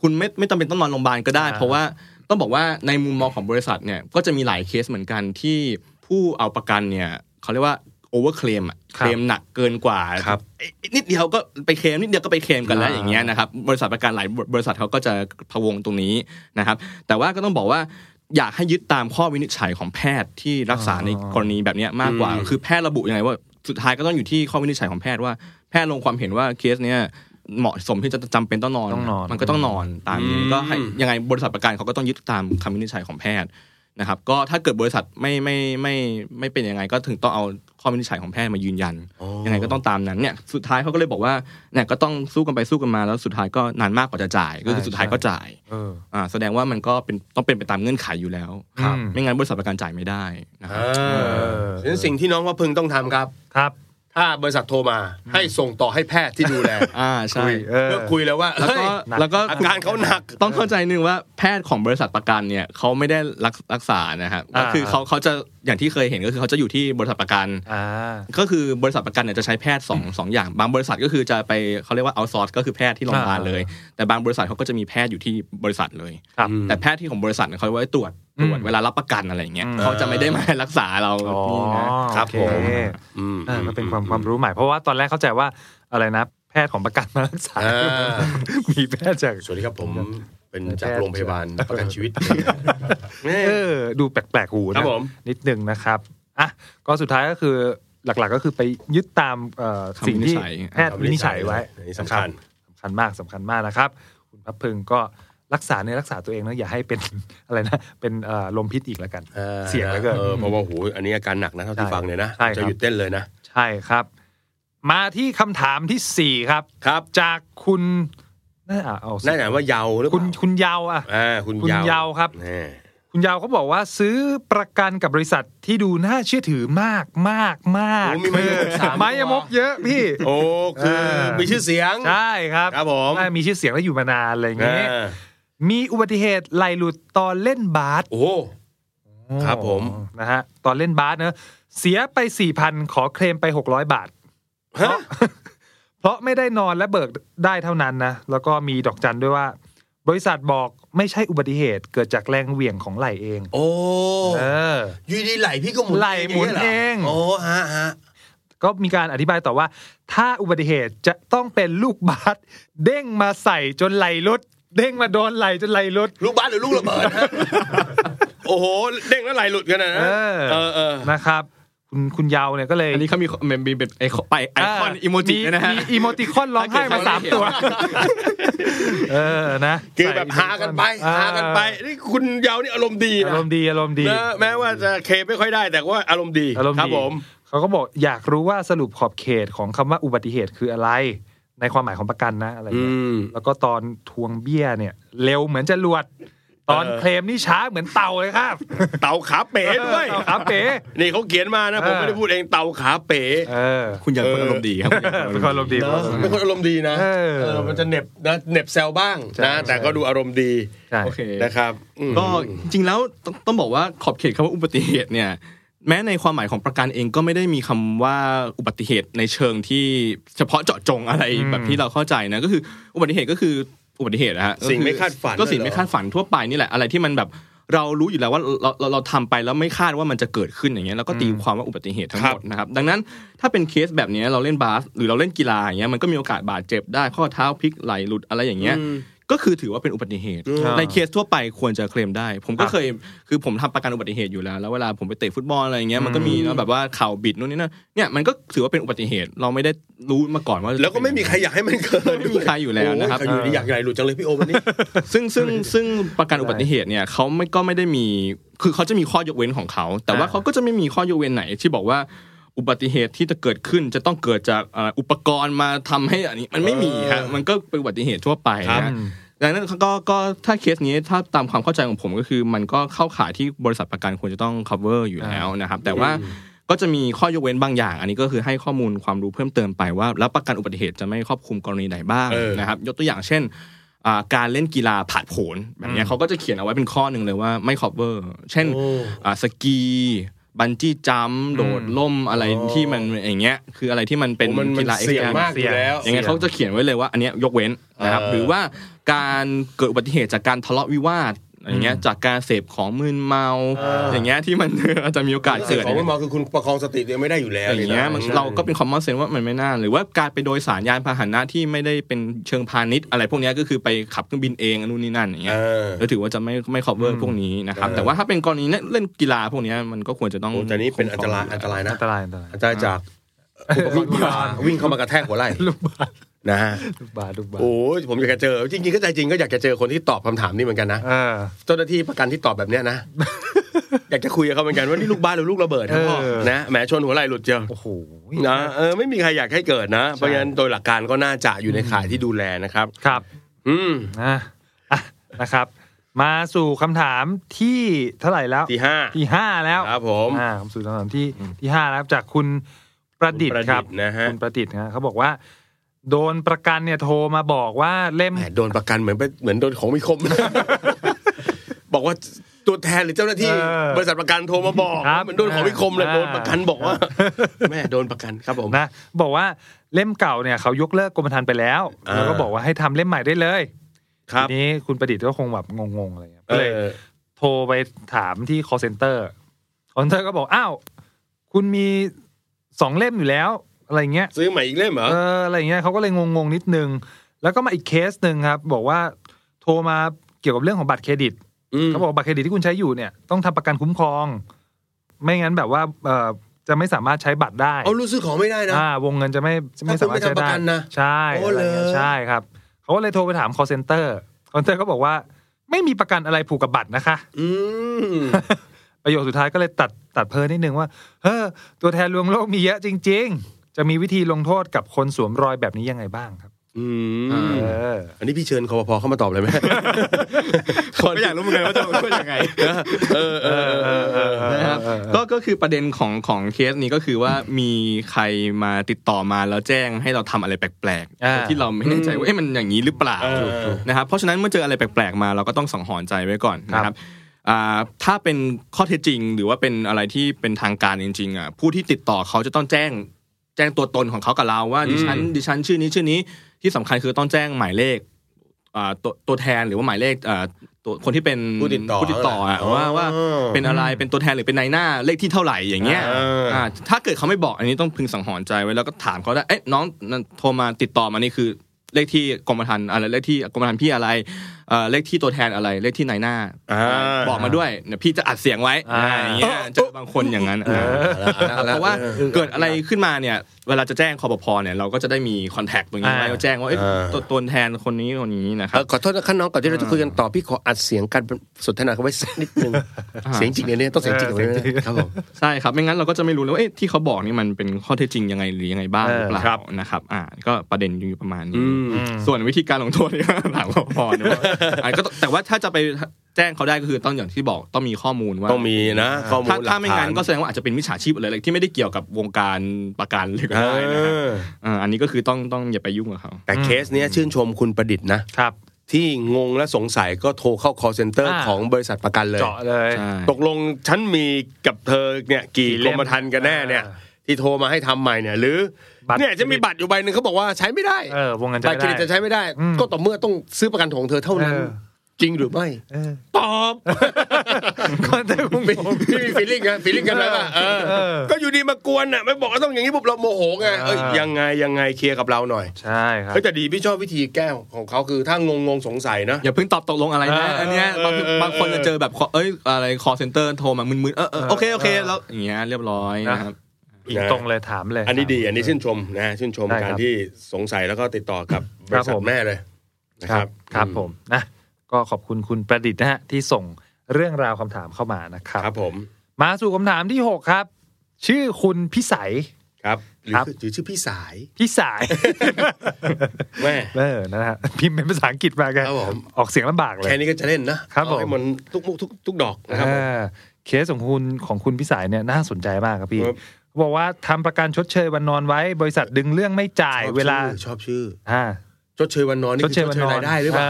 Speaker 5: คุณไม่ไม่จำเป็นต้องนอนโรงพยาบาลก็ได้ เพราะว่าต้องบอกว่าในมุมมองของบริษัทเนี่ยก็จะมีหลายเคสเหมือนกันที่ผู้เอาประกันเนี่ยเขาเรียกว่าโอเวอร์เคลม
Speaker 3: ค
Speaker 5: เค
Speaker 3: รั
Speaker 5: ล
Speaker 3: บ
Speaker 5: มหนักเกินกว่า
Speaker 4: ครับ
Speaker 5: ไอ้นิดเดียวก็ไปเคลมนิดเดียวก็ไปเคลมกันแล้ว
Speaker 3: อ่า
Speaker 5: อย่างเงี้ยนะครับบริษัทประกันหลายบริษัทเขาก็จะพะวงตรงนี้นะครับแต่ว่าก็ต้องบอกว่าอยากให้ยึดตามข้อวินิจฉัยของแพทย์ที่รักษาในกรณีแบบเนี้ยมากกว่า
Speaker 4: อืม
Speaker 5: คือแพทย์ระบุยังไงว่าสุดท้ายก็ต้องอยู่ที่ข้อวินิจฉัยของแพทย์ว่าแพทย์ลงความเห็นว่าเคสเนี้ยเหมาะสมที่จะจำเป็นต้องนอน
Speaker 3: ต้องนอน
Speaker 5: มันก็ต้องนอนตามนี้
Speaker 4: อืม
Speaker 5: ก็ให้ยังไงบริษัทประกันเขาก็ต้องยึดตามคำวินิจฉัยของแพทย์นะครับ ก็ถ้าเกิดบริษัทไม่ไม่ไม่ไม่เป็นยังไงก็ถึงต้องเอา ข้อวินิจฉัยของแพทย์มายืนยัน
Speaker 4: อ๋อ
Speaker 5: ยังไงก็ต้องตามนั้นเนี่ยสุดท้ายเขาก็เลยบอกว่าเนี่ยก็ต้องสู้กันไปสู้กันมาแล้วสุดท้ายก็นานมากกว่าจะจ่าย ก็คือ
Speaker 3: ใช่
Speaker 5: สุดท้าย
Speaker 3: ใช่
Speaker 5: ก็จ่าย
Speaker 3: เออ
Speaker 5: อ่าแสดงว่ามันก็เป็นต้องเป็นไปตามเงื่อนไขอยู่แล้ว
Speaker 3: ครับ
Speaker 5: ไม่งั้นบริษัทประกันจ่ายไม่ได้นะครับ
Speaker 3: อ
Speaker 4: ฉะนั้นสิ่งที่น้องว่าพึงต้องทำครับ
Speaker 3: ครับ
Speaker 4: ถ้าบริษัทโทรมาให้ส่งต่อให้แพทย์ที่ดูแล
Speaker 5: อ่าใช่
Speaker 3: คุยเออ
Speaker 4: เพื่อคุยแล้วว่า
Speaker 5: แล้วก็
Speaker 4: เฮ้ย
Speaker 5: แล้วก็
Speaker 4: อาการเขาหนัก
Speaker 5: ต้องเข้าใจหนึ่งว่าแพทย์ของบริษัทประกันเนี่ยเขาไม่ได้รักรักษานะครับ
Speaker 3: อ่า
Speaker 5: ก็คือเขาเขาจะอย่างที่เคยเห็นก็คือเขาจะอยู่ที่บริษัทประกัน
Speaker 3: อ่า
Speaker 5: ก็คือบริษัทประกันเนี่ยจะใช้แพทย์สองสองอย่าง บางบริษัทก็คือจะไปเขาเรียกว่าเอาซอร์สก็คือแพทย์ที่โรงพยาบาลเลย แต่บางบริษัทเขาก็จะมีแพทย์อยู่ที่บริษัทเลย
Speaker 3: ครับ
Speaker 5: แต่แพทย์ที่ของบริษัทเนี่ยเขาไว้ตรวจตรวจ
Speaker 3: อืม
Speaker 5: เวลารับประกันอะไรอย่างเงี้ย
Speaker 3: อืม
Speaker 5: เขาจะไม่ได้มารักษาเรา
Speaker 3: อ๋อ
Speaker 5: นี่นะ
Speaker 4: ครับ
Speaker 3: โอ
Speaker 4: ผม
Speaker 3: เ
Speaker 4: อืม
Speaker 3: อ่าก็เป็นความความรู้ใหม่ เพราะว่าตอนแรกเข้าใจว่าอะไรนะ แพทย์ของประกันมารักษา
Speaker 4: อ่า
Speaker 3: มีแพทย์จาก
Speaker 4: สวัสดีครับผมเป็น
Speaker 3: นายแพทย์
Speaker 4: จากโรงพยาบาลประกันชีวิต
Speaker 3: เออ ดูแปลกๆหู
Speaker 4: ครั
Speaker 3: นะ
Speaker 4: บผม
Speaker 3: นิดนึงนะครับอ่ะก็สุดท้ายก็คือหลักๆก็คือไปยึดตามเอ่อ
Speaker 5: คำ
Speaker 3: สิ่งที่
Speaker 5: วินิจฉัย
Speaker 3: แพทย์วินิจฉัยไว้
Speaker 4: อันนี้สำคัญ
Speaker 3: สำคัญมากสำคัญมากนะครับ คุณพับพึงก็รักษาในอรักษาตัวเองนะอย่าให้เป็น อะไรนะ เป็นเอ่อลมพิษอีกแล้วกัน
Speaker 4: ออ
Speaker 3: เสี่ยงเหลือเกิน
Speaker 4: ออเพราะว่าโหอันนี้อาการหนักนะเท่าที่
Speaker 3: ใช่
Speaker 4: ฟังเนี่ยนะ
Speaker 3: ใช่ครับ
Speaker 4: จะหยุดเต้นเลยนะ
Speaker 3: ใช่ครับ มาที่คำถามที่สี่ครับ
Speaker 4: ครับ
Speaker 3: จากคุณน่าอ่ะเอาสิ
Speaker 4: น่าจะว่าเยาวหรือเป
Speaker 3: คุณ
Speaker 4: ล่า
Speaker 3: คุณยาวอ่ะ
Speaker 4: อ่าคุณ
Speaker 3: คุณ
Speaker 4: เยาว
Speaker 3: เยาครับ
Speaker 4: แน่
Speaker 3: คุณยาวเขาบอกว่าซื้อประกันกับบริษัทที่ดูน่าเชื่อถือมากมากมาก
Speaker 4: โอ้มีไม้ยกสาม
Speaker 3: ไม้ยมกเยอะพี่
Speaker 4: โอ้คือมีชื่อเสียง
Speaker 3: ใช่ครับ
Speaker 4: ครับผม
Speaker 3: ได้มีชื่อเสียงและอยู่มานานอะไรอย่าง
Speaker 4: อ่
Speaker 3: เงี้ย
Speaker 4: า
Speaker 3: มีอุบัติเหตุไหลหลุดตอนเล่นบาส
Speaker 4: โอ้ ครับผม
Speaker 3: นะฮะตอนเล่นบาสเนอะเสียไปสี่พันขอเคลมไปหกร้อยบาท
Speaker 4: ฮะ
Speaker 3: เพราะไม่ได้นอนและเบิกได้เท่านั้นนะ แล้วก็มีดอกจันด้วยว่า บริษัทบอกไม่ใช่อุบัติเหตุเกิดจากแรงเหวี่ยงของไหลเอง
Speaker 4: โอ้
Speaker 3: เออ
Speaker 4: อยูดีไหลพี่ก็หมุน
Speaker 3: ไหล่หมุน
Speaker 4: ย่า
Speaker 3: เอย ง
Speaker 4: รโอ้ฮะฮะ
Speaker 3: ก็มีการอธิบายต่อว่า ถ้าอุบัติเหตุจะต้องเป็นลูกบาสเด้งมาใส่จนไหลหลุด เด้งมาโดนไหลจนไหลหลุด
Speaker 4: ลูกบ้านหรือลูกระเบิดฮะโอ้โหเด้งแล้วไหลหลุดกันนะ
Speaker 3: เออ
Speaker 4: เออเออ
Speaker 3: นะครับ คุณคุณยาวเนี่ยก็เลย
Speaker 5: อันนี้เขามีมันมีเป็นไอคอนไปไอคอนอิโมจิด้วยนะฮะ
Speaker 3: มีอีโมติคอนร้องไห้มาสามตัว เออนะ
Speaker 4: คือแบบหากันไป
Speaker 3: อ่
Speaker 4: หากันไปนี่คุณเยาวนี่อารมณ์ดีนะ
Speaker 3: อารมณ์ดีอารมณ์ดี
Speaker 4: นะแม้ว่าจะเคไม่ค่อยได้แต่ว่าอารมณ์ดี
Speaker 3: อารมณ์
Speaker 4: ครั
Speaker 3: ดี
Speaker 4: ผม
Speaker 3: เขาก็บอกอยากรู้ว่าสรุปขอบเขตของคำว่าอุบัติเหตุคืออะไร ในความหมายของประกันนะอะไรเงี้ย
Speaker 4: อืม
Speaker 3: แล้วก็ตอนทวงเบี้ยเนี่ย เร็วเหมือนจะรวด ตอน
Speaker 4: เออ
Speaker 3: เคลมนี่ช้าเหมือนเต่าเลยครับ
Speaker 4: เต่าขาเป๋ด้วย
Speaker 3: เต่าขาเป๋
Speaker 4: นี่เขาเขียนมานะผม
Speaker 3: เออ
Speaker 4: ไม่ได้พูดเองเต่าขาเป๋
Speaker 3: เออ
Speaker 5: คุณยังเป็นคนอารมณ์ดีครับคุณยัง
Speaker 3: เป็นคนอารมณ์ดี
Speaker 4: เนอะเป็นคนอารมณ์ดีนะ
Speaker 3: เออ
Speaker 4: เออมันจะเหน็บนะเหน็บแซวบ้าง
Speaker 3: ใช่
Speaker 4: นะ แต่ก็
Speaker 3: ใช่
Speaker 4: ดูอารมณ์ดี
Speaker 3: ใช่
Speaker 5: โอเค
Speaker 4: นะครับอืม
Speaker 5: ก็จริงๆแล้วต้องต้องบอกว่าขอบเขตคำว่าอุบัติเหตุเนี่ยแม้ในความหมายของประกันเองก็ไม่ได้มีคำว่าอุบัติเหตุในเชิงที่เฉพาะเจาะจงอะไรแบบที่เราเข้าใจนะก็คืออุบัติเหตุก็คืออุบัติเหตุนะฮะก็อ
Speaker 4: สิ่งไม่คาดฝัน
Speaker 5: ก็สิ่ง
Speaker 4: เลยเหรอ
Speaker 5: ไม่คาดฝันทั่วไปนี่แหละอะไรที่มันแบบเรารู้อยู่แล้วว่าเราเราเราทำไปแล้วไม่คาดว่ามันจะเกิดขึ้นอย่างเงี้ยแล้วก็ตีความว่าอุบัติเหตุทั้งหมดนะครับดังนั้นถ้าเป็นเคสแบบเนี้ยเราเล่นบาสหรือเราเล่นกีฬาอย่างเงี้ยมันก็มีโอกาสบาดเจ็บได้ข้อเท้าพลิกไหลหลุดอะไรอย่างเงี้ย ก็คือถือว่าเป็นอุบัติเหตุ ในเคสทั่วไปควรจะเคลมได้ ผมก็เคยคือผมทำประกันอุบัติเหตุอยู่แล้ว แล้วเวลาผมไปเตะฟุตบอลอะไรอย่างเงี้ยมันก็มีเนอะแบบว่าเข่าบิดนู่นนี่นั่นเนี่ยมันก็ถือว่าเป็นอุบัติเหตุเราไม่ได้รู้มาก่อนว่า
Speaker 4: แล้วก็ไม่มีใครอยากให้มันเกิด
Speaker 5: ไม่มีใครอยู่แล้วนะครับ
Speaker 4: โใอยู่ดีอยากใหญ่หลุดจังเลยพี่โอมวันนี้
Speaker 5: ซึ่งซึ่งซึ่งประกันอุบัติเหตุเนี่ยเขาไม่ก็ไม่ได้มีคือเขาจะมีข้อยกเว้นของเขา แต่ว่าเขาก็จะไม่มีข้อยกเว้นไหนที่บอกว่าอุบัติเหตุที่จะเกิดขึ้นจะต้องเกิดจากเอ่ออุปกรณ์มาทำให้อันนี้มันไม่มีฮะมันก็เป็นอุบัติเหตุทั่วไป
Speaker 4: ครับ
Speaker 5: นะ ดังนั้นก็ก็ถ้าเคสนี้ถ้าตามความเข้าใจของผมก็คือ มันก็เข้าข่ายที่บริษัทประกันควรจะต้อง cover อยู่แล้วนะครับ แต่ว่าก็จะมีข้อยกเว้นบางอย่าง อันนี้ก็คือให้ข้อมูลความรู้เพิ่มเติมไปว่าแล้วประกันอุบัติเหตุจะไม่ครอบคลุมกรณีไหนบ้าง
Speaker 4: เออ
Speaker 5: นะครับยกตัวอย่างเช่นอ่าการเล่นกีฬาผาดโผนแบบเนี้ยเขาก็จะเขียนเอาไว้เป็นข้อหนึ่งเลยว่าไม่ cover เช่นอ่าสกีบันจี้จัมป์โดดล่มอะไรที่มันอย่างเงี้ยคืออะไรที่มันเป็น
Speaker 4: โอ้มันมัน
Speaker 5: กีฬา
Speaker 4: เสี่ยง
Speaker 5: extreme
Speaker 4: มากอยู่แล้ว
Speaker 5: ยังไงเขาจะเขียนไว้เลยว่าอันเนี้ยยกเว้นนะครับ
Speaker 4: เออ
Speaker 5: หรือว่าการเกิดอุบัติเหตุจากการทะเลาะวิวาทอย่างเงี้ยจากการเสพของมึนเมา อย่างเงี้ยที่มัน อาจจะมีโอกาส
Speaker 4: เสี่ยง
Speaker 5: เกิด
Speaker 4: ของไม่เมาคือคุณประคองสติตัวเองไม่ได้อยู่แล้ว
Speaker 5: อย่างเงี้ยมัน
Speaker 4: ใช่
Speaker 5: เราก็เป็นคอมมอนเซนว่ามันไม่น่าหรือว่าการไปโดยสารยานพาหนะที่ไม่ได้เป็นเชิงพาณิชย์ อะไรพวกเนี้ยก็คือไปขับเครื่องบินเองนู่นนี่นั่นอย่าง
Speaker 4: เอ
Speaker 5: เงี้ย
Speaker 4: อ
Speaker 5: แล้วถือว่าจะไม่ไม่ cover พวกนี้นะครับ
Speaker 4: เออ
Speaker 5: แต่ว่าถ้าเป็นกรณีเนี่ยเล่นกีฬาพวกเนี้ยมันก็ควรจะต้อง
Speaker 4: โอ้แต่นี่เป็นอันตรายอันตรายนะ
Speaker 3: อันตรายอันตราย
Speaker 4: อันตรายจากลูกบาศก์วิ่งเข้ามากระแทกหัวไหล่
Speaker 3: ลูกบาส
Speaker 4: นะฮะ
Speaker 3: ลูกบาสลูกบาส
Speaker 4: โอ้ยผมอยากจะเจอ จริงๆก็ใจจริงก็อยากจะเจอคนที่ตอบคำถามนี้เหมือนกันนะ
Speaker 3: เออ
Speaker 4: เจ้าหน้าที่ประกันที่ตอบแบบเนี้ยนะ อยากจะคุยกับเขาเหมือนกันว่านี่ลูกบ้านหรือลูกระเบิดครับพ่อ
Speaker 3: เออ
Speaker 4: นะแหมชนหัวไหล่หลุดเจียว
Speaker 3: โอ้โห
Speaker 4: นะเออไม่มีใครอยากให้เกิดนะ เพราะฉะนั้นโดยหลักการก็น่าจะอยู่ในข่ายที่ดูแลนะครับ
Speaker 3: ครับ
Speaker 4: อืม
Speaker 3: นะอ่ะนะครับ มาสู่คำถามที่เท่าไหร่แล้ว
Speaker 4: ที่ห้า
Speaker 3: ที่ห้าแล้ว
Speaker 4: ครับผม
Speaker 3: อ่าคำสู่คำถามที่ที่ห้าแล้วจากคุณประดิษฐ์ครับ
Speaker 4: คุณประดิษฐ์
Speaker 3: คุณประดิษฐ์
Speaker 4: นะฮะ
Speaker 3: นะฮะเขาบอกว่า โดนประกันเนี่ยโทรมาบอกว่าเล่ม
Speaker 4: แหมโดนประกันเหมือนไปเหมือนโดนของมีคม บอกว่าตัวแทนหรือเจ้าหน้าที่
Speaker 3: เออบ
Speaker 4: ริษัทประกันโทรมาบอก
Speaker 3: ครับ
Speaker 4: เหมือนโดนของมีคมเลย
Speaker 3: อ่า
Speaker 4: โดนประกันบอก ว่าแม่โดนประกันครับผม
Speaker 3: นะบอกว่าเล่มเก่าเนี่ยเขายกเลิกกรมธรรม์ไปแล้ว
Speaker 4: อ่า
Speaker 3: แล้วก็บอกว่าให้ทำเล่มใหม่ได้เลย
Speaker 4: ครับ
Speaker 3: ทีนี้คุณประดิษฐ์ก็คงแบบงงๆอะไรเงี้ย
Speaker 4: เอ
Speaker 3: ก็เลย
Speaker 4: อ
Speaker 3: โทรไปถามที่ call center call center ก็บอกอ้าวคุณมีสองเล่มอยู่แล้วอะไรเงี้ย
Speaker 4: ซื้อใหม่อีกเล่มเหรอ
Speaker 3: เอออะไรอย่างเงี้ยเขาก็เลยงงๆนิดนึง แล้วก็มาอีกเคสหนึ่งครับ บอกว่าโทรมาเกี่ยวกับเรื่องของบัตรเครดิต
Speaker 4: ม
Speaker 3: เขาบอกบัตรเครดิตที่คุณใช้อยู่เนี่ยต้องทำประกันคุ้มครอง ไม่งั้นแบบว่าเออจะไม่สามารถใช้บัตรได้
Speaker 4: เอารู้ซื้อของไม่ได้นะ
Speaker 3: อ่าวงเงินจะไม่จะไม่สามารถใช้
Speaker 4: ถ้าคุณไม่ทำป
Speaker 3: ได้
Speaker 4: ระกันนะ
Speaker 3: ใช่
Speaker 4: โอ้
Speaker 3: อะไรเงี้ย
Speaker 4: เหรอ
Speaker 3: ใช่ครับเขาก็เลยโทรไปถาม call center call center ก็บอกว่า ไม่มีประกันอะไรผูกกับบัตรนะคะ
Speaker 4: อืม
Speaker 3: ประโยคสุดท้ายก็เลยตัดตัดเพลินนิดนึงว่าเฮ้อตัวแทนลวงโลกมีเยอะจริง ๆ จะมีวิธีลงโทษกับคนสวมรอยแบบนี้ยังไงบ้างครับ
Speaker 4: อืม
Speaker 5: เอ
Speaker 3: เออ
Speaker 4: อันนี้พี่เชิญคอปภเข้ามาตอบเลยไหม
Speaker 5: ไม่อยากรู้ เหมือนกันว่าจะมาช่วยยังไง
Speaker 4: เออเออเออเออ
Speaker 5: นะครับก็ก็คือประเด็นของของเคสนี้ก็คือว่ามีใครมาติดต่อมาแล้วแจ้งให้เราทำอะไรแปลก
Speaker 3: อ่า
Speaker 5: ๆที่เราไม่แน่ใจว่าเอ๊ะมันอย่างนี้หรือเปล่า
Speaker 4: เออเออ
Speaker 5: นะครับเพราะฉะนั้นเมื่อเจออะไรแปลกๆมาเราก็ต้องสังหรณ์ใจไว้ก่อนนะครับอ่าถ้าเป็นข้อเท็จจริง หรือว่าเป็นอะไรที่เป็นทางการจริงๆอ่ะผู้ที่ติดต่อเขาจะต้องแจ้งแจ้งตัวตนของเขากับเราว่าดิฉันดิฉันชื่อนี้ชื่อนี้ที่สำคัญคือต้องแจ้งหมายเลขอ่าตัวตัวแทนหรือว่าหมายเลขอ่าตัวคนที่เป็น
Speaker 4: ผู้ติดต่อ
Speaker 5: ผู้ติดต่ออะ
Speaker 4: อ๋อ
Speaker 5: ว่าว่า เป็นอะไร เป็นตัวแทนหรือเป็นนายหน้าเลขที่เท่าไหร่อย่างเงี้ย
Speaker 4: เอออ่
Speaker 5: าถ้าเกิดเขาไม่บอกอันนี้ต้องพึงสังหรณ์ใจไว้แล้วก็ถามเขาได้ เอ๊ะน้องนั่นโทรมาติดต่อมานี่คือเลขที่กรมธรรม์อะไร เลขที่กรมธรรม์พี่อะไรเอ่อเลขที่ตัวแทนอะไร เลขที่นายหน้า
Speaker 4: อ่า
Speaker 5: บอกมาด้วยเดี๋ยวพี่จะอัดเสียงไว้
Speaker 3: อ่า
Speaker 5: อ่าอย่างเงี้ยเจอบางคนอย่างนั้นนะครับเพราะว่าเกิดอะไรขึ้นมาเนี่ย เวลาจะแจ้งคอปพเนี่ยเราก็จะได้มีคอนแทคตรงนี้ไว้แจ้งว่าเอ๊ะ
Speaker 4: อ่า
Speaker 5: ตัวตัวแทนคนนี้คนนี้นะค
Speaker 4: เอ่
Speaker 5: รั
Speaker 4: อบ ขอโทษนะครับน้องก่อนที่เราจะคุยกันต่อพี่ขออัดเสียงการสนทนาเขาไว้สักนิดนึง
Speaker 5: อ่า
Speaker 4: เสียงจริงเนี่ยเนี่ยต้องเสียงจริงเลย
Speaker 3: เออเสียงจริง
Speaker 4: นะครับผม
Speaker 5: ใช่ครับไม่งั้นเราก็จะไม่รู้เลยว่าเอ๊ะที่เขาบอกนี่มันเป็นข้อเท็จจริงยังไงหรือยังไงบ้างหรือเปล่า
Speaker 4: ครับ
Speaker 5: นะครับอ่าก็ประเด็นอยู่ประมาณ
Speaker 4: อืม
Speaker 5: นี้ส่วนวิธีการลงโทษเนี่ย หลังพอนะว่าอ่าก็ต้องแต่ว่าถ้าจะไปแจ้งเขาได้ก็คือต้องอย่างที่บอกต้องมีข้อมูลว่า
Speaker 4: ต้องมีนะข้อมูล
Speaker 5: ถ้า
Speaker 4: หลักฐาน
Speaker 5: ถ้าไม่งั้นก็แสดงว่าอาจจะเป็นมิจฉาชีพอะไรที่ไม่ได้เกี่ยวกับวงการประกันหรือ
Speaker 4: เอ
Speaker 5: อะไรนะครับ
Speaker 4: อ
Speaker 5: อ่าอันนี้ก็คือต้องต้องอย่าไปยุ่งกับเขา
Speaker 4: แต่เคสเนี้ยชื่นชมคุณประดิษฐ์นะครับ ที่งงและสงสัยก็โทรเข้า call center
Speaker 3: อ่า
Speaker 4: ของบริษัทประกันเลย
Speaker 3: เจาะเลย
Speaker 5: ใช่
Speaker 4: ตกลงฉันมีกับเธอเนี่ยกี่
Speaker 3: กี่
Speaker 4: ก
Speaker 3: เล่
Speaker 4: ร
Speaker 3: ม
Speaker 4: มธรรม์กันแน่เนี่ย
Speaker 3: อ่า
Speaker 4: ที่โทรมาให้ทำใหม่เนี่ย หรือ
Speaker 3: บัตร
Speaker 4: เนี่ยจะมีบัตรอยู่ใบหนึ่งเขาบอกว่าใช้ไม่ได้
Speaker 3: เออวงเงินใช้
Speaker 4: บั
Speaker 3: ไม่ได้
Speaker 4: ตรเครดิตจะใช้ไม่ได้
Speaker 3: อืม
Speaker 4: ก็ต่อเมื่อต้องซื้อประกันของเธอเท่านั้น
Speaker 3: เออ
Speaker 4: จริงหรือไม่
Speaker 3: เออ
Speaker 4: ตอบ
Speaker 3: คนแต่คง
Speaker 4: ไม่
Speaker 3: ง
Speaker 4: ไม่มีฟีลลิ่งอะฟีลลิ่งกันแล้วอะเออ
Speaker 3: เออ
Speaker 4: ก็อยู่ดีมากวนอะไม่บอกว่าต้องอย่างนี้ปุ๊บเราโมโหไงเอ้ย
Speaker 3: เออ
Speaker 4: ยังไงยังไงเคลียร์กับเราหน่อย
Speaker 3: ใช่ครับ
Speaker 4: เฮ้ยแต่ดีพี่ชอบวิธีแก้ของเขาคือถ้างงงงสงสัยนะ
Speaker 5: อย่าเพิ่งตอบตกลงอะไรนะ
Speaker 4: เอออั
Speaker 5: อันเนี้ยบาง
Speaker 4: เออเออบ
Speaker 5: างคนจะเจอแบบ call- เอ้ยอะไร call center โทรมามึนๆเออเออโอเคโอเค
Speaker 3: เออ
Speaker 5: แล้วอย่างเงี้ยเรียบร้อยนะครับ
Speaker 3: อีก
Speaker 4: นะ
Speaker 3: ตรงเลยถามเลย
Speaker 4: อันนี้ดีอันนี้ชื่นชมนะชื่นชม
Speaker 3: ได้ครับ
Speaker 4: การที่สงสัยแล้วก็ติดต่อกับบริ
Speaker 3: ค
Speaker 4: ษั
Speaker 3: รับผ
Speaker 4: ท
Speaker 3: ม
Speaker 4: แม่เลยนะ
Speaker 3: ค
Speaker 4: ค
Speaker 3: รั
Speaker 4: รั
Speaker 3: บบ ครับผมนะก็ขอบคุณคุณประดิษฐ์นะฮะที่ส่งเรื่องราวคำถามเข้ามานะครับ
Speaker 4: ครับผม
Speaker 3: มาสู่คำถามที่หกครับ ชื่อคุณพิสัย
Speaker 4: ครับหรือ
Speaker 3: ครับ
Speaker 4: หรือชื่อพี่สาย
Speaker 3: พิสาย
Speaker 4: แม่
Speaker 3: เออนะฮะพิมพ์เป็นภาษาอังกฤษมาแก
Speaker 4: ครับผม
Speaker 3: ออกเสียงลำบากเลย
Speaker 4: แค่นี้ก็จะเล่นนะครับ
Speaker 3: ผม
Speaker 4: เอาให้มันทุกมุกทุกทุกดอกนะครับผม
Speaker 3: อ่าเคสของคุณของคุณพิสัยเนี่ยน่าสนใจมากครับพี่
Speaker 4: ครับ
Speaker 3: เขาบอกว่าทำประกันชดเชยวันนอนไว้ บริษัทดึงเรื่องไม่จ่ายเวลา
Speaker 4: ชอบชื่อชอบชื่อ
Speaker 3: อ่า
Speaker 4: ชดเชยวันนอนนี่คือชดเชยรายได้หรือเปล่า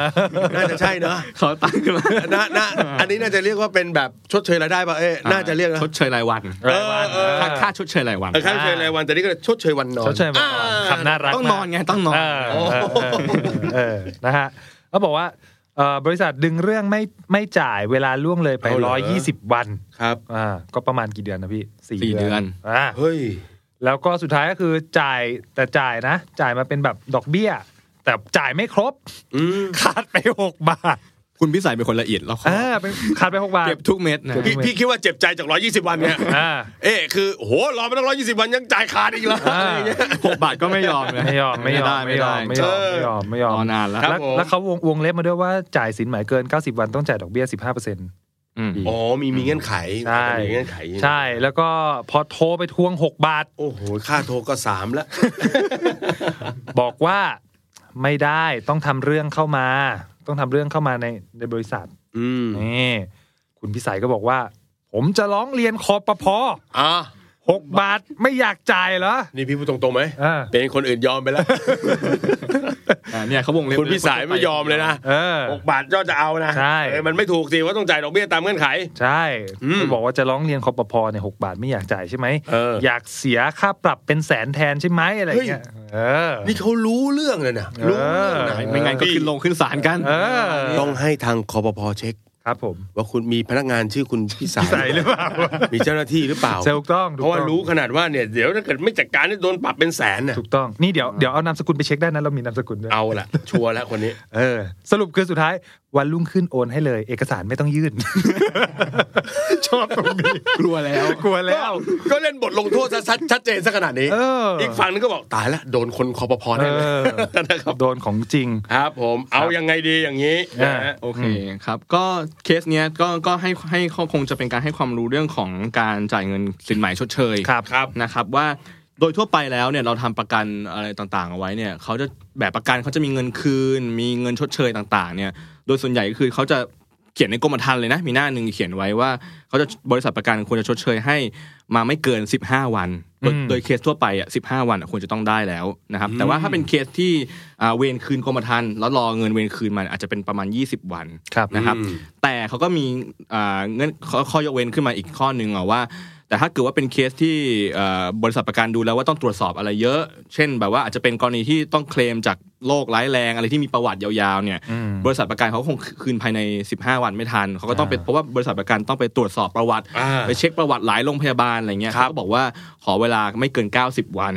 Speaker 4: น่าจะใช่เนอะ
Speaker 5: เขาตั้งขึ้นมา
Speaker 4: น่าน่าอันนี้น่าจะเรียกว่าเป็นแบบชดเชยรายได้ป่ะ เอ๊ะน่าจะเรียกนะ
Speaker 5: ชดเชยรายวัน
Speaker 4: เออเออ
Speaker 5: ค่าค่าชดเชยรายวัน
Speaker 4: เออค่าชดเชยรายวันแต่นี่ก็ชดเชยวันนอน
Speaker 3: ชดเชยวันนอน
Speaker 4: อ่า
Speaker 3: คำน่ารัก
Speaker 5: ต้องนอนไงต้องนอน
Speaker 3: เออเออเออเออนะฮะเขาบอกว่าเอ่อบริษัทดึงเรื่องไม่ไม่จ่ายเวลาล่วงเลยไป
Speaker 4: เอาเหร
Speaker 3: ร้
Speaker 4: อ
Speaker 3: อยยี่สิบวัน
Speaker 4: ครับ
Speaker 3: อ่าก็ประมาณกี่เดือนนะพี่
Speaker 5: สี่เดือน
Speaker 3: อ่า
Speaker 4: เฮ้ย
Speaker 3: แล้วก็สุดท้ายก็คือจ่ายแต่จ่ายนะ จ่ายมาเป็นแบบดอกเบี้ย แต่จ่ายไม่ครบ
Speaker 4: อืม
Speaker 3: ขาดไปหกบาท
Speaker 5: คุณพิสัยเป็นคนละเอียดแล้วเขา
Speaker 3: เออเป็นขาดไปหกบาท
Speaker 5: เก็บทุกเม็ดนะ
Speaker 3: เก็บทุกเม็
Speaker 4: พี่พี่คิดว่าเจ็บใจจาก 120 วันเนี่ย
Speaker 3: อ่า
Speaker 4: เอ๊ะคือโหรอมาตั้ง120 วันยังจ่ายขาดอีกเหรอ
Speaker 3: อ่า
Speaker 4: อะไรอย่างเงี้ย
Speaker 5: หกบาทก็ไม่ยอมนะ
Speaker 3: ไม่ยอมไม่ยอม
Speaker 5: ด้
Speaker 3: ไม่ยอมไม่ยอม
Speaker 4: เออ
Speaker 3: ไม่ยอมไม่ยอม
Speaker 5: รอนานแล้ว
Speaker 4: ครับ
Speaker 3: แล้ว
Speaker 4: ผม
Speaker 3: แล้วเขาวงวงเล็บมาด้วยว่าจ่ายสินไหมายเกิน 90 วันต้องจ่ายดอกเบี้ย15%เปอร์เซ็นต์
Speaker 5: อืม
Speaker 4: อ๋อมีมีเงื่อนไข
Speaker 3: ใช่
Speaker 4: มีเงื่อนไข
Speaker 3: ใช่แล้วก็พอโทรไปทวงหกบาท
Speaker 4: โอ้โหค่าโทรก็สามละ
Speaker 3: บอกว่าไม่ได้ต้องทำเรื่องเข้ามา ต้องทำเรื่องเข้ามาในในบริษัท
Speaker 4: อืม
Speaker 3: นี่คุณพิสัยก็บอกว่า ผมจะร้องเรียนคอปพอ
Speaker 4: อ่ะ
Speaker 3: หกบาทไม่อยากจ่ายเหรอ
Speaker 4: นี่พี่พูดตรงๆไหม
Speaker 3: อ่า
Speaker 4: เป็นคนอื่นยอมไปแล้ว
Speaker 5: อ่าเนี่ยเขาวงเล็บ
Speaker 4: คุณพิสายไม่ยอมเลยนะ
Speaker 3: เออ
Speaker 4: หกบาทก็จะเอานะ
Speaker 3: ใช่
Speaker 4: เอ้ยมันไม่ถูกสิว่าต้องจ่ายดอกเบี้ยตามเงื่อนไข
Speaker 3: ใช่
Speaker 4: อืม
Speaker 3: บอกว่าจะร้องเรียนคอปพอเนี่ยหกบาทไม่อยากจ่ายใช่ไหม
Speaker 4: เอออ
Speaker 3: ยากเสียค่าปรับเป็นแสนแทนใช่ไหมอะไรเงี้ยเออ
Speaker 4: นี่เขารู้เรื่องเลยนะ
Speaker 3: เออ
Speaker 4: รู้เรื่องนะ
Speaker 5: ไม่งั้นก็ขึ้นลงขึ้นศาลกัน
Speaker 3: เออ
Speaker 4: ต้องให้ทางคอปพเช็ค
Speaker 3: ครับผม
Speaker 4: ว่าคุณมีพนักงานชื่อคุณพิสา
Speaker 3: พิสัย
Speaker 4: ย
Speaker 3: หรือเปล่า
Speaker 4: มีเจ้าหน้าที่หรือเปล่า
Speaker 3: ถูกต้องถูก
Speaker 4: เพราะว่า
Speaker 3: ต้อง
Speaker 4: รู้ขนาดว่าเนี่ยเดี๋ยวถ้าเกิดไม่จัดการนี่โดนปรับเป็นแสนน่ะ
Speaker 3: ถูกต้องนี่เดี๋ยวเดี๋ยวเอานามสกุลไปเช็คได้นะเรามีนามสกุลด้วย
Speaker 4: เอาละชัวร์แล้วคนนี้
Speaker 3: เออ สรุปคือสุดท้าย วันรุ่งขึ้นโอนให้เลย เอกสารไม่ต้องยื่น ชอบตรงนี้
Speaker 5: กลัวแล้ว
Speaker 3: กลัวแล้ว
Speaker 4: ก็เล่นบทลงโทษซะชัดชัดเจนซะขนาดนี้
Speaker 3: เอออี
Speaker 4: กฝั่งนึงก็บอกตายละโดนคนคอปพแน่เลย
Speaker 3: เออ
Speaker 4: นะครับ
Speaker 3: โดนของจริง
Speaker 4: ครับผมเอายังไงดีอย่างนี้นะฮะ
Speaker 5: โอเคครับก็เคสเนี้ยก็ก็ให้ให้ข้อคงจะเป็นการให้ความรู้เรื่องของการจ่ายเงินสินไหมชดเชย
Speaker 3: ครับ
Speaker 4: ครับ
Speaker 5: นะครับว่าโดยทั่วไปแล้วเนี่ยเราทำประกันอะไรต่างๆเอาไว้เนี่ยเขาจะแบบประกันเขาจะมีเงินคืน มีเงินชดเชยต่างๆเนี่ยโดยส่วนใหญ่ก็คือเขาจะเขียนในกรมธรรม์เลยนะ มีหน้าหนึ่งเขียนไว้ว่าเขาจะบริษัทประกันควรจะชดเชยให้มาไม่เกิน 15 วันโดย
Speaker 3: อืม
Speaker 5: โดยเคสทั่วไปอ่ะ15 วันอะควรจะต้องได้แล้วนะครับแต่ว่าถ้าเป็นเคสที่อ่าเวรคืนกรมธรรม์แล้วรอเงินเวรคืนมันอาจจะเป็นประมาณ 20 วัน
Speaker 3: ครับ
Speaker 5: นะครับ
Speaker 4: อืม
Speaker 5: แต่เขาก็มีอ่าเงื่อนข้อข้อยกเว้นขึ้นมาอีกข้อหนึ่งอ่ะว่า แต่ถ้าเกิดว่าเป็นเคสที่เอ่อบริษัทประกันดูแล้วว่าต้องตรวจสอบอะไรเยอะ เช่น แบบว่าอาจจะเป็นกรณีที่ต้องเคลมจากโรคร้ายแรงอะไรที่มีประวัติยาวๆเนี่ย
Speaker 3: อืม
Speaker 5: บริษัทประกันเขาคงคืนภายใน 15 วันไม่ทันเขาก็ต้องไป
Speaker 3: อ่า
Speaker 5: เพราะว่าบริษัทประกันต้องไปตรวจสอบประวัติ
Speaker 4: อ่า
Speaker 5: ไปเช็คประวัติหลายโรงพยาบาลอะไรเงี้ยเขาก็บอกว่าขอเวลาไม่เกิน 90 วัน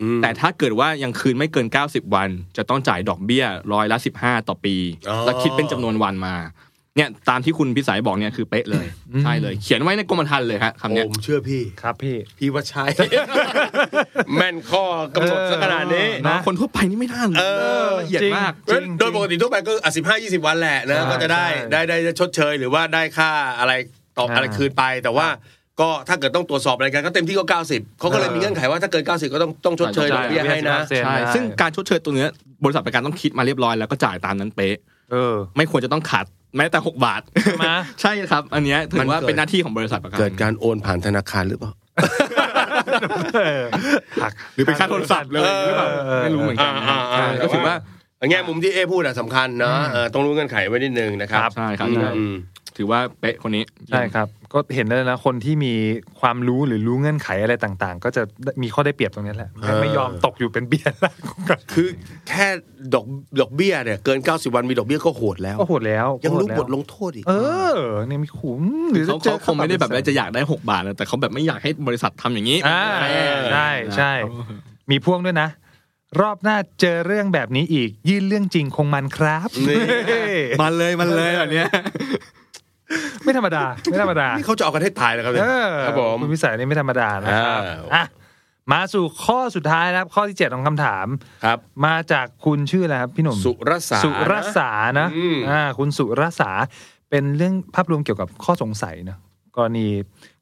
Speaker 4: อืม
Speaker 5: แต่ถ้าเกิดว่ายังคืนไม่เกิน 90 วัน จะต้องจ่ายดอกเบี้ยร้อยละ 15 ต่อปี
Speaker 4: อ๋อ
Speaker 5: แล้วคิดเป็นจำนวนวันมาเนี่ยตามที่คุณพิสัยบอกเนี่ยคือเป๊ะเลย ใช่เลยเขียนไว้ในกรมธรรม์เลยฮะคำเนี้ย
Speaker 4: ผมเชื่อพี่
Speaker 3: ครับพี่
Speaker 4: พี่ว่าใช่ แม่นข้อกำหนดซะขนาดนี้
Speaker 3: นะ
Speaker 5: เนาะคนทั่วไปนี่ไม่น่าเลย
Speaker 4: เออ
Speaker 5: ละเอียดมาก
Speaker 3: จริง
Speaker 4: โดยปกติทั่วไปก็อ่ะสิบห้ายี่สิบวันแหละนะ
Speaker 3: ใช่
Speaker 4: ก็จะได้
Speaker 3: ใช่
Speaker 4: ได้ได้ได้ชดเชยหรือว่าได้ค่าอะไรตอบ
Speaker 3: อ่า
Speaker 4: อะไรคืนไป แต่ว่าก็ถ้าเกิดต้องตรวจสอบอะไรกันก็เต็มที่ก็ 90เขาก็เลยมีเงื่อนไขว่าถ้าเกิน 90 ก็ต้องต้องชดเชย
Speaker 5: ใช่
Speaker 4: ดอกเบี้ยให้นะ
Speaker 3: เซ็
Speaker 5: ใช่
Speaker 3: ได้
Speaker 5: ซึ่งการชดเชยตัวเนี้ยบริษัทประกันต้องคิดมาเรียบร้อยแล้วก็จ่ายตามนั้นเป๊ะ
Speaker 3: เออ
Speaker 5: ไม่ควรจะต้องขาดแม้แต่ 6 บาท
Speaker 3: ใช่ไหม
Speaker 5: ใช่ครับ อันเนี้ยถื
Speaker 4: มั
Speaker 5: อน ว่า
Speaker 4: เกิด
Speaker 5: เป็นหน้าที่ของบริษัทประกัน
Speaker 4: เกิดการโอนผ่านธนาคารหรือเปล่า
Speaker 3: หัก
Speaker 5: หรือเป็นค่าโทรศัพท์เลยหรือเปล่า
Speaker 3: เออ
Speaker 5: ไม่รู้เหมือนกันนะ
Speaker 4: อ่าอ่าอ่า
Speaker 5: ใช่ก็ถือว่า
Speaker 4: แง่มุมที่เอพูดอ่ะสำคัญนะเออต้องรู้เงื่อนไขไว้นิดนึงนะครับ
Speaker 5: ใช่ครับ
Speaker 4: อืม
Speaker 5: ถือว่าเป๊ะคนนี้
Speaker 3: ใช่ครับ ก็เห็นแล้วนะ คนที่มีความรู้หรือรู้เงื่อนไขอะไรต่างๆ ก็จะมีข้อได้เปรียบตรงนี้แหละแม่งไม่ยอมตกอยู่เป็นเบี้ยล่างของกัน
Speaker 4: คือแค่ดอกดอกเบี้ยเนี่ยเกิน 90 วันมีดอกเบี้ยก็โหดแล้ว
Speaker 3: ก็โหดแล้ว
Speaker 4: ยังรู้
Speaker 3: โหดแว
Speaker 4: บทลงโทษอีก
Speaker 3: เออเนี่ยมีขุมหรือ
Speaker 5: เขา
Speaker 3: จะจ
Speaker 5: เขา
Speaker 3: อ
Speaker 5: คงไม่ได้แบบว่าจะอยากได้ 6 บาทนะแต่เขาแบบไม่อยากให้บริษัททำอย่างนี้
Speaker 3: อ่า
Speaker 5: เออ
Speaker 3: ใช่ใช่มีพ่วงด้วยนะ รอบหน้าเจอเรื่องแบบนี้อีก ยื่นเรื่องจริงคงมันครับ
Speaker 4: นี่
Speaker 3: เฮ้ย
Speaker 5: มันเลยมันเลยแบบเนี้ย
Speaker 3: ไม่ธรรมดา ไม่ธรรมดา
Speaker 4: นี่เขาจะเอากันให้ตายแล้วครับเนี่ย
Speaker 3: เออ
Speaker 4: ครับผม
Speaker 3: คุณวิสัยนี่ไม่ธรรมดานะครับ
Speaker 4: อ่า
Speaker 3: อ่ะมาสู่ข้อสุดท้ายนะครับ ข้อที่เจ็ดของคำถาม
Speaker 4: ครับ
Speaker 3: มาจากคุณชื่ออะไรครับพี่หนุ่ม
Speaker 4: สุรสา
Speaker 3: สุรสานะ
Speaker 4: อืม
Speaker 3: อ่าคุณสุรสาเป็นเรื่องภาพรวมเกี่ยวกับข้อสงสัยนะกรณี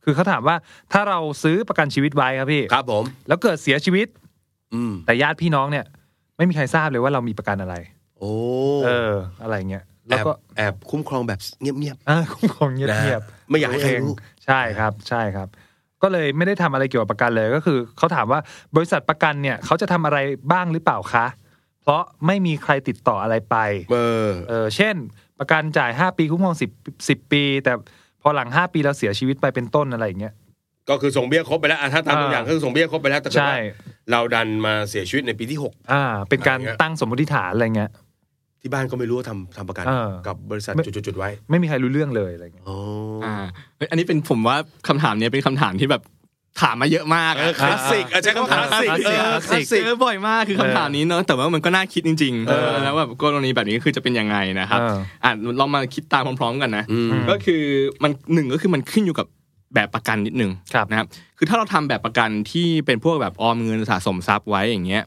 Speaker 3: คือเขาถามว่าถ้าเราซื้อประกันชีวิตไว้ครับพี่
Speaker 4: ครับผม
Speaker 3: แล้วเกิดเสียชีวิต
Speaker 4: อืม
Speaker 3: แต่ญาติพี่น้องเนี่ย ไม่มีใครทราบเลยว่าเรามีประกันอะไร
Speaker 4: โอ้
Speaker 3: เออ อะไรเงี้ย
Speaker 4: แอ
Speaker 3: แล้ว
Speaker 4: บ
Speaker 3: ก็
Speaker 4: แอบคุ้มครองแบบเงียบ
Speaker 3: เออคุ้มครองเงี
Speaker 4: ๆนะฮะ
Speaker 3: ยบ
Speaker 4: ไม่
Speaker 3: ๆ
Speaker 4: อยากให้ใครรู้
Speaker 3: ใช่ครับ ใช่ครับ ก็เลยไม่ได้ทำอะไรเกี่ยวกับประกันเลยก็คือเขาถามว่าบริษัทประกันเนี่ยเขาจะทำอะไรบ้างหรือเปล่าคะ เพราะไม่มีใครติดต่ออะไรไป
Speaker 4: เออ
Speaker 3: เออเช่น ประกันจ่าย 5 ปีคุ้มครอง10 10 ปี แต่พอหลัง 5 ปีเราเสียชีวิตไปเป็นต้นอะไรอย่างเงี้ย
Speaker 4: ก็คือส่งเบี้ยครบไปแล้วอ่ะถ้าตามตัวอย่าง
Speaker 3: อ่า
Speaker 4: ก็คือส่งเบี้ยครบไปแล้วแต่เกิด
Speaker 3: ใช่
Speaker 4: ว่าเราดันมาเสียชีวิตในปีที่
Speaker 3: อ่า เป็นการ
Speaker 4: อะไรเงี้ย
Speaker 3: ตั้งสมมติฐานอะไรเงี้ย
Speaker 4: 6 ที่บ้านก็ไม่รู้ว่าทำทำประกัน
Speaker 3: เออ
Speaker 4: กับบริษัท
Speaker 3: ไม่
Speaker 4: จุดๆๆไว้
Speaker 3: ไม่มีใครรู้เรื่องเลยอะไรเงี้ย
Speaker 4: อ๋ออ
Speaker 5: อ่าเฮ้ยอันนี้เป็นผมว่าคำถามเนี้ยเป็นคำถามที่แบบถามมาเยอะมาก
Speaker 4: เออคลาสสิกอ่ะใช้คำว่าคลาสสิก
Speaker 3: คลาสสิก
Speaker 4: เออ
Speaker 3: คลาสสิก
Speaker 5: เจอบ่อยมากคือคำถามนี้เนอะแต่ว่ามันก็น่าคิดจริงๆ
Speaker 3: เออ
Speaker 5: แล้วแบบกรณีแบบนี้คือจะเป็นยังไงนะครับ
Speaker 3: เออ
Speaker 5: อ่ะลองมาคิดตามพร้อมๆกันนะ
Speaker 4: อืม
Speaker 5: ก็คือมันหนึ่งก็คือมันขึ้นอยู่กับแบบประกันนิดนึง
Speaker 3: ครับ
Speaker 5: นะครับคือถ้าเราทำแบบประกันที่เป็นพวกแบบออมเงินสะสมทรัพย์ไว้อย่างเงี้ย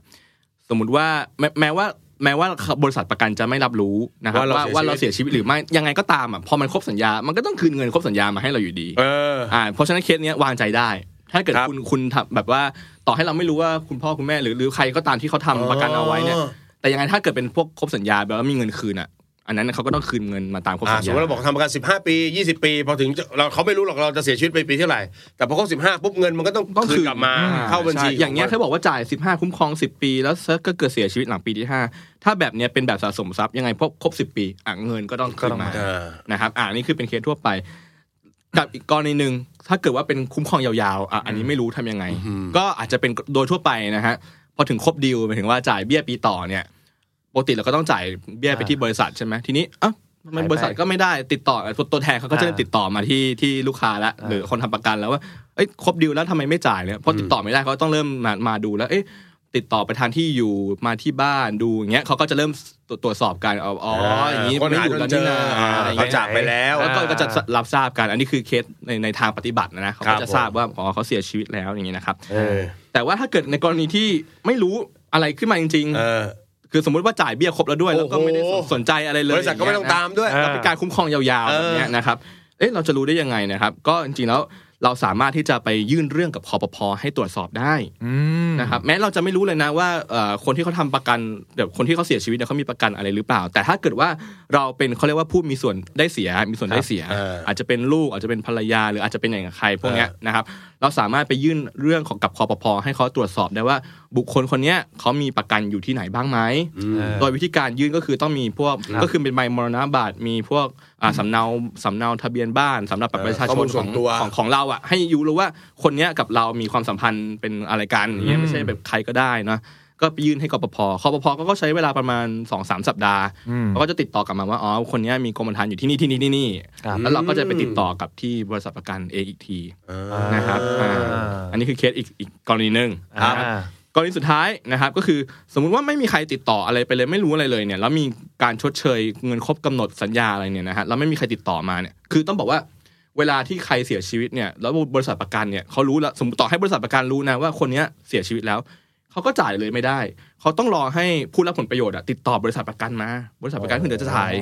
Speaker 5: สมมติว่าแม้แม้ว่า แม้ว่าบริษัทประกันจะไม่รับรู้นะครับ
Speaker 4: ว่าเรา
Speaker 5: ว่า
Speaker 4: เสียชีวิต
Speaker 5: ว่าเราเสียชีวิตหรือไม่ยังไงก็ตามอ่ะพอมันครบสัญญา มันก็ต้องคืนเงินครบสัญญามาให้เราอยู่ดี
Speaker 4: เออ
Speaker 5: อ่าเพราะฉะนั้นเคสเนี้ยวางใจได้ ถ้าเกิด
Speaker 4: ครับ
Speaker 5: คุณคุณทำแบบว่าต่อให้เราไม่รู้ว่าคุณพ่อคุณแม่หรือหรือใครก็ตามที่เขาทำประกันเอาไว้เนี่ย
Speaker 4: อ๋อ
Speaker 5: แต่ยังไงถ้าเกิดเป็นพวกครบสัญญาแบบว่ามีเงินคืนอ่ะอันนั้นเขาก็ต้องคืนเงินมาตามครบ
Speaker 4: อ่า
Speaker 5: สัญ
Speaker 4: สม
Speaker 5: ญาม
Speaker 4: ติเราบอกทำประกัน 15 ปี 20 ปี พอถึงจะเราเขาไม่รู้หรอกเราจะเสียชีวิตไปปีเท่าไหร่ แต่พอครบ15ปุ๊บเงินมันก็ต้อง
Speaker 5: ต้อง
Speaker 4: คืนกลับมา
Speaker 5: อ่
Speaker 4: เข้าบัญชี
Speaker 5: ใช่อย่างเงี้ยเขาบอกว่าจ่าย 15 คุ้มครอง 10 ปี แล้วก็เกิดเสียชีวิตหลังปีที่ห้าถ้าแบบเนี้ยเป็นแบบสะสมทรัพย์ยังไงพวกครบ10 ปีอ่ะเงินก็ต้องคืนมา
Speaker 4: เออ
Speaker 5: นะครับ อ่านี่คือเป็นเคสทั่วไป กับอีกกรณีหนึ่งถ้าเกิดว่าเป็นคุ้มครองยาวๆ อ่ะ อันนี้ไม่รู้ทำยังไง ก็อาจจะเป็นโดยทั่วไปนะฮะ พอถึงครบดีลหมายถึงว่าจ่ายเบี้ยปีต่อเนี่ย ปกติเราก็ต้องจ่ายเบี้ยไปที่บริษัทใช่ไหมทีนี้อ่ะทำไม
Speaker 3: หายไป
Speaker 5: บริษัทก็ไม่ได้ติดต่อตัวแทนเขาก็จะ
Speaker 3: อ่า
Speaker 5: ติดต่อมาที่ที่ลูกค้าละ
Speaker 3: อ่า
Speaker 5: หรือคนทำประกันแล้วว่า เอ้ย ครบดีลแล้วทำไมไม่จ่ายเนี่ยเพราะติดต่อไม่ได้เขาก็ต้องเริ่มมามาดูแล้ว เอ๊ะ ติดต่อไปทางที่อยู่มาที่บ้านดูอย่างเงี้ยเขาก็จะเริ่มตรวจตรวจสอบกันอ๋ออ๋ออย่างนี้
Speaker 4: คน
Speaker 5: ไม่
Speaker 4: หา
Speaker 5: อยู่
Speaker 4: จ
Speaker 5: แล้ว
Speaker 4: นเจ
Speaker 5: นี่
Speaker 4: อ
Speaker 5: นะ
Speaker 4: อ่า
Speaker 5: อะไรอย่าง
Speaker 4: เขา
Speaker 5: เงี้ย
Speaker 4: จากไปแล้ว
Speaker 5: แล้วก็
Speaker 3: อ่า
Speaker 5: ก็จะรับทราบกัน อันนี้คือเคสในในทางปฏิบัตินะนะเขา
Speaker 4: ครั
Speaker 5: ก็
Speaker 4: บ
Speaker 5: จะ
Speaker 4: ผม
Speaker 5: ทราบว่าอ๋อเขาเสียชีวิตแล้วอย่างนี้นะครับ
Speaker 4: เออ
Speaker 5: แต่ว่าถ้าเกิดในกรณีที่ไม่รู้อะไรขึ้นมาจริง
Speaker 4: เออ
Speaker 5: ๆ คือสมมุติว่าจ่ายเบี้ยครบแล้วด้วยแล้วก็ไม่ได้
Speaker 4: โอ้โห
Speaker 5: สนใจอะไรเลย
Speaker 4: บริษัทก็ไม่ต้องตามด้วย
Speaker 3: เออ
Speaker 5: แล้วเป็นการคุ้มครองยาวๆ
Speaker 4: เอ
Speaker 5: แบ
Speaker 4: อ
Speaker 5: บเนี้ยนะครับ เอ๊ะเราจะรู้ได้ยังไงนะครับ ก็จริงๆแล้วเราสามารถที่จะไปยื่นเรื่องกับคอปพให้ตรวจสอบได้
Speaker 3: อืม
Speaker 5: นะครับแม้เราจะไม่รู้เลยนะว่าเอ่อคนที่เขาทำประกันเดี๋ยวคนที่เขาเสียชีวิตเนี่ยเขามีประกันอะไรหรือเปล่า แต่ถ้าเกิดว่าเราเป็นเขาเรียกว่าผู้มีส่วนได้เสีย มีส่วนได้เสีย
Speaker 4: เอออ
Speaker 5: อาจจะเป็นลูกอาจจะเป็นภรรยา หรืออาจจะเป็นอย่างใครพวกเนี้ย
Speaker 4: เออ
Speaker 5: นะครับเราสามารถไปยื่นเรื่องของกับคอปพให้เขาตรวจสอบได้ว่าบุคคลคนเนี้ยเขามีประกันอยู่ที่ไหนบ้างไหมโดยวิธีการยื่นก็คือต้องมีพวก
Speaker 3: ครับ
Speaker 5: ก็คือเป็นใบมรณบัตรมีพวกอ่าสำเนาสำเนาทะเบียนบ้านสำเนาบัตรประชา
Speaker 4: เออข้อ
Speaker 5: ช
Speaker 4: มู
Speaker 5: น
Speaker 4: ลส่
Speaker 5: ข
Speaker 4: ว
Speaker 5: อน ง
Speaker 4: ตัว
Speaker 5: ของ ของเราอะให้ยูรู้ว่าคนเนี้ยกับเรามีความสัมพันธ์เป็นอะไรกันอย่างเงี้ยไม่ใช่แบบใครก็ได้เนอะก็ไปยื่นให้กปภคปภก็ก็ใช้เวลาประมาณ2อสสัปดาห์
Speaker 3: อืม
Speaker 5: เขาก็จะติดต่อกลับมาว่าอ๋อคนเนี้ยมีกรมธรรม์อยู่ที่นี่ที่นี่ที่นี่
Speaker 3: ครับ
Speaker 5: แล้วเราก็จะไปติดต่อกับที่บริษัทประกันเองอีกทีนะครับ
Speaker 3: อ่า
Speaker 5: าอันนี้คือเคสอีกอีกกรณีหนึ่ง
Speaker 3: อ่า
Speaker 5: ครับ กรณีสุดท้ายนะครับก็คือสมมุติว่าไม่มีใครติดต่ออะไรไปเลยไม่รู้อะไรเลยเนี่ยแล้วมีการชดเชยเงินครบกำหนดสัญญาอะไรเนี่ยนะฮะแล้วไม่มีใครติดต่อมาเนี่ยคือต้องบอกว่าเวลาที่ใครเสียชีวิตเนี่ยแล้วบริษัทประกันเนี่ยเขารู้แล้วสมมติต่อให้บริษัทประกันรู้นะว่าคนเนี้ยเสียชีวิตแล้วเขาก็จ่ายเลยไม่ได้เขาต้องรอให้ผู้รับผลประโยชน์อะติดต่อบริษัทประกันมา บริษัทประกันถึงจะจ่าย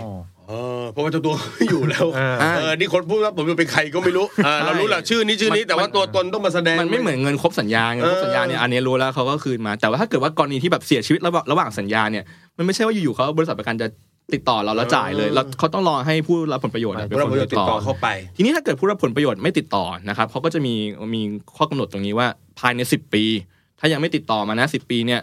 Speaker 4: เออเพราะว่าเจ้าตัวไม่อยู่แล้ว
Speaker 3: เออ
Speaker 4: เออนี่คนพูดรับผมอยู่เป็นใครก็ไม่รู้เออเรารู้แหละชื่อนี้ชื่อนี้
Speaker 5: มัน
Speaker 4: แต่ว่าตัวตนต้องมาแสดง
Speaker 5: มันไม่เหมือนเงินครบสัญญาเงินครบสัญญาเนี่ยอันนี้รู้แล้วเขาก็คืนมา แต่ว่าถ้าเกิดว่ากรณีที่แบบเสียชีวิตระหว่างระหว่างสัญญาเนี่ยมันไม่ใช่ว่าอยู่ๆเขาบริษัทประกันจะติดต่อเราแล้วจ่ายเลย
Speaker 4: เออ
Speaker 5: เราเขาต้องรอให้ผู้รับผลประโยชน์อะเป็น
Speaker 4: ผู้รับ
Speaker 5: ค
Speaker 4: ผลป
Speaker 5: น
Speaker 4: ระโยช
Speaker 5: ติ
Speaker 4: น์
Speaker 5: ด
Speaker 4: ติด
Speaker 5: ต่
Speaker 4: ต่
Speaker 5: อ
Speaker 4: อเข้าไป
Speaker 5: ทีนี้ถ้าเกิดผู้รับผลประโยชน์ไม่ติดต่อนะครับเขาก็จะมีมีข้อกำหนดตรงนี้ว่าภายใน 10 ปี ถ้ายังไม่ติดต่อมานะ10 ปีเนี่ย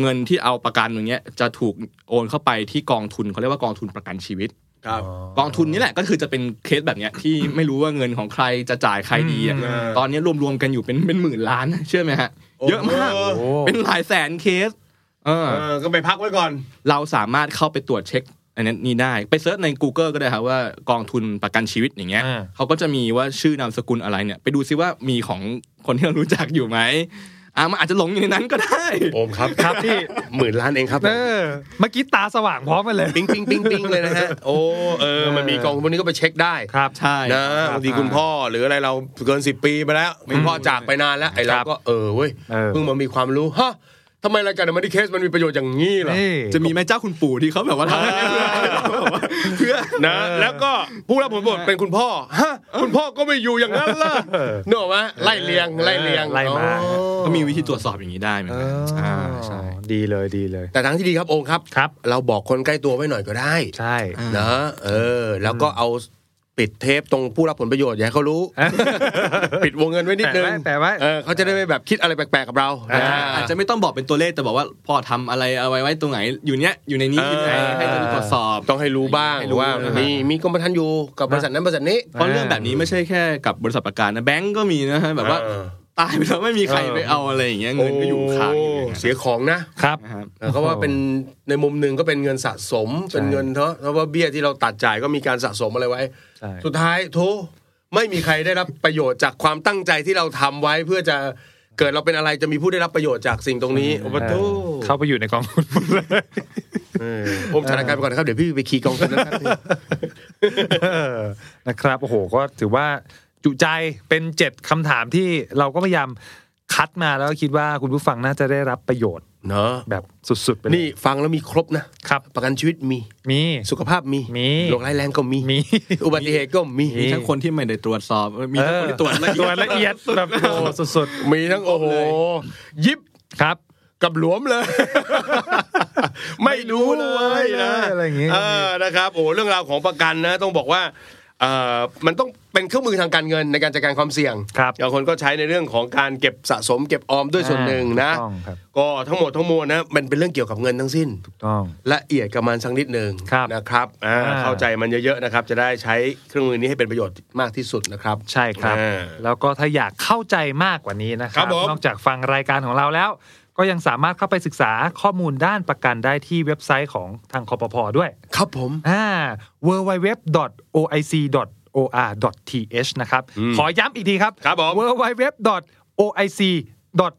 Speaker 5: เงินที่เอาประกันอย่างเงี้ยจะถูกโอนเข้าไปที่กองทุนเขาเรียกว่ากองทุนประกันชีวิต
Speaker 4: ครับ
Speaker 5: กองทุนนี่แหละก็คือจะเป็นเคสแบบเนี้ยที่ไม่รู้ว่าเงินของใครจะจ่ายใครดีอะ
Speaker 4: อืม
Speaker 5: ตอนนี้รวมๆกันอยู่เป็นเป็นหมื่นล้าน นะเชื่อไหมฮะ
Speaker 4: โอ้
Speaker 5: เยอะมาก
Speaker 3: โอ้
Speaker 5: เป็นหลายแสนเคส เออ
Speaker 4: เออก็ไปพักไว้ก่อน
Speaker 5: เราสามารถเข้าไปตรวจเช็ค อันนี้นี่ได้ไปเซิร์ชใน Google ก็ได้ครับว่ากองทุนประกันชีวิตอย่างเงี้ย
Speaker 3: อ่า
Speaker 5: เขาก็จะมีว่าชื่อนามสกุลอะไรเนี่ยไปดูซิว่ามีของคนที่เรารู้จักอยู่ไหมอ่ะมันอาจจะหลงอยู่ในนั้นก็ได้
Speaker 4: โอมครับครับพี่หมื่นล้านเองครับ
Speaker 3: เออเมื่อกี้ตาสว่างพร้อมกันเลย
Speaker 4: ปิ๊งปิ๊งปิ๊งปิ๊งเลยนะฮะ โอ้เออ มันมีกองทุนพวกนี้ก็ไปเช็คได้
Speaker 3: ครับ
Speaker 5: ใช่
Speaker 4: นะบางทีคุณพ่อหรืออะไรเราเกินสิบปีไปแล้วคุณพ่อจากไปนานแล้วไอ้เราก็เออเว้ย
Speaker 3: เออ
Speaker 4: เพิ่งมามีความรู้ฮะทำไมรายการมันดีเคสมันมีประโยชน์อย่างนี้ล่ะ
Speaker 3: นี่
Speaker 5: จะมีแม่เจ้าคุณปู่ที่เขาแบบว่าทำให้เพื่อนแบบว่าเพื่อน
Speaker 4: นะแล้วก็ผู้รับผลประโยชน์เป็นคุณพ่อฮะคุณพ่อก็ไม่อยู่อย่างนั้นล่ะเนกออกไหมไล่เลียงไล่เลียง
Speaker 3: ไล่มา
Speaker 4: อ๋อ
Speaker 5: ก็มีวิธีตรวจสอบอย่างนี้ได้เหมือนกัน
Speaker 3: อ่า
Speaker 5: ่าใช่
Speaker 3: ดีเลยดีเลย
Speaker 4: แต่ทางที่ดีครับโองครับ
Speaker 3: ครับ
Speaker 4: เราบอกคนใกล้ตัวไว้หน่อยก็ได้
Speaker 3: ใช่
Speaker 4: นะเออ แล้วก็เอาปิดเทปตรงผู้รับผลประโยชน์อย่าให้เขารู้ ปิดวงเงินไว้นิดนึง
Speaker 3: แปะไว้แปะไว้
Speaker 4: เออเขาจะได้ไม่แบบคิดอะไรแปลกๆกับเรา
Speaker 3: อ่า
Speaker 4: นะ
Speaker 5: อาจจะไม่ต้องบอกเป็นตัวเลขแต่บอกว่าพ่อทำอะไรเอาไว้ไว้ตรงไหนอยู่เนี้ยอยู่ในนี้อยู่ไหน
Speaker 4: เออ
Speaker 5: ให้เราตรวจสอบ
Speaker 4: ต้องให้รู้บ้าง
Speaker 5: ให้รู้
Speaker 4: ว่า
Speaker 5: นะฮะ
Speaker 4: มีมีกรมธรรม์อยู่กับบริษัทนั้นบริษัทนี้
Speaker 5: เพราะเรื่องแบบนี้ไม่ใช่แค่กับบริษัทประกันนะแบงก์ก็มีนะฮะแบบว่า
Speaker 4: เออ
Speaker 5: ตายไปแล้วไม่มีใครไปเอาอะไรอย่างเงี้ยเงินก็อยู่ค้างอยู่อย่าง
Speaker 4: เสี
Speaker 5: เงี้ย
Speaker 4: ยของนะ
Speaker 3: ครับ
Speaker 5: นะครับ
Speaker 4: เออเขาว่าเป็นในมุมหนึ่งก็เป็นเงินสะสมเป็นเงินเถอะเพราะว่าเบี้ยที่เราตัดจ่ายก็มีการสะสมอะไรไว้
Speaker 3: ใช่
Speaker 4: สุดท้ายโทไม่มีใครได้รับประโยชน์จากความตั้งใจที่เราทำไว้ เพื่อจะเกิดเราเป็นอะไรจะมีผู้ได้รับประโยชน์จากสิ่งตรงนี้โอ้โหโธ่
Speaker 3: เข้าไปอยู่ในกองทุนหมดเลย
Speaker 4: เออผมสถานการณ์ไปก่อนนะครับ เดี๋ยวพี่ไปขี่กองทุนนะครับ
Speaker 3: เออนะครับโอ้โหก็ถือว่าจุใจเป็นเจ็ดคำถามที่เราก็พยายาม คัดมาแล้วก็คิดว่าคุณผู้ฟังน่าจะได้รับประโยชน์
Speaker 4: เนาะ
Speaker 3: แบบสุดๆไปเลย
Speaker 4: นี่ฟังแล้วมีครบนะ
Speaker 3: ครับ
Speaker 4: ประกันชีวิตมี
Speaker 3: มี
Speaker 4: สุขภาพมี
Speaker 3: มี
Speaker 4: โรคร้ายแรงก็มี
Speaker 3: มี
Speaker 4: อุบัติเหตุก็มี
Speaker 5: มีทั้งคนที่ไม่ได้ตรวจสอบ มีทั้งคนที่ตรวจละเอี
Speaker 3: ต
Speaker 5: ย
Speaker 3: รวจละเอียดแบ
Speaker 5: ด
Speaker 3: บโอ้สุด
Speaker 4: มีทั้งโอ้โห ยิบ
Speaker 3: ๆครับ
Speaker 4: กับหลวมเลย ไม่รู้เลยนะ
Speaker 3: อะไรอย่างงี้
Speaker 4: เออนะครับโอ้โหเรื่องราวของประกันนะ ต้องบอกว่าเอ่อมันต้องเป็นเครื่องมือทางการเงินในการจัดการความเสี่ยง
Speaker 3: ครับ
Speaker 4: บางคนก็ใช้ในเรื่องของการเก็บสะสม เก็บออมด้วยส่วนหนึ่งนะ
Speaker 3: ถูกต้องครับ
Speaker 4: ก็ทั้งหมดทั้งมวลนะมันเป็นเรื่องเกี่ยวกับเงินทั้งสิ้น
Speaker 3: ต้อง
Speaker 4: ละเอียดกับมันสักนิดหนึ่ง
Speaker 3: ครับ
Speaker 4: นะครับอ่า
Speaker 3: อ่า
Speaker 4: เข้าใจมันเยอะๆนะครับ จะได้ใช้เครื่องมือนี้ให้เป็นประโยชน์มากที่สุดนะครับ
Speaker 3: ใช่ครับ
Speaker 4: อ่า
Speaker 3: แล้วก็ถ้าอยากเข้าใจมากกว่านี้นะค
Speaker 4: ครั
Speaker 3: รั
Speaker 4: บบ ผม
Speaker 3: นอกจากฟังรายการของเราแล้ว ก็ยังสามารถเข้าไปศึกษาข้อมูลด้านประกันได้ที่เว็บไซต์ของทางคอปพด้วย
Speaker 4: ครับผม
Speaker 3: อ่า www.oic.or.th นะครับ ขอย้ำอีกทีครับ
Speaker 4: ครับผม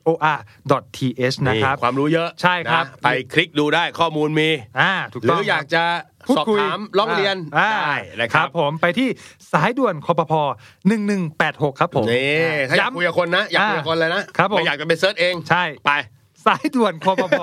Speaker 3: www.oic.or.th นะครับ
Speaker 4: ความรู้เยอะ
Speaker 3: ใช่ครับ
Speaker 4: นะไปคลิกดูได้ข้อมูลมี
Speaker 3: อ่าถูก
Speaker 4: หรื
Speaker 3: ต้อง
Speaker 4: อ
Speaker 3: ครับ
Speaker 4: อยากจะ
Speaker 3: พูด
Speaker 4: สอบ
Speaker 3: คุย
Speaker 4: ถามร้องเรียน
Speaker 3: อ่า
Speaker 4: ได้นะครับ
Speaker 3: ผมไปที่สายด่วนคอปพ1186 ครับผม
Speaker 4: นี่ถ้าอยาก
Speaker 3: ย้ำ
Speaker 4: คุยกับคนนะอยากคุยกับคนเลยนะครับ
Speaker 3: ผม
Speaker 4: ไม่อยากจะไปเซิร์ชเอง
Speaker 3: ใช่
Speaker 4: ไป
Speaker 3: สายด่วนคอปพ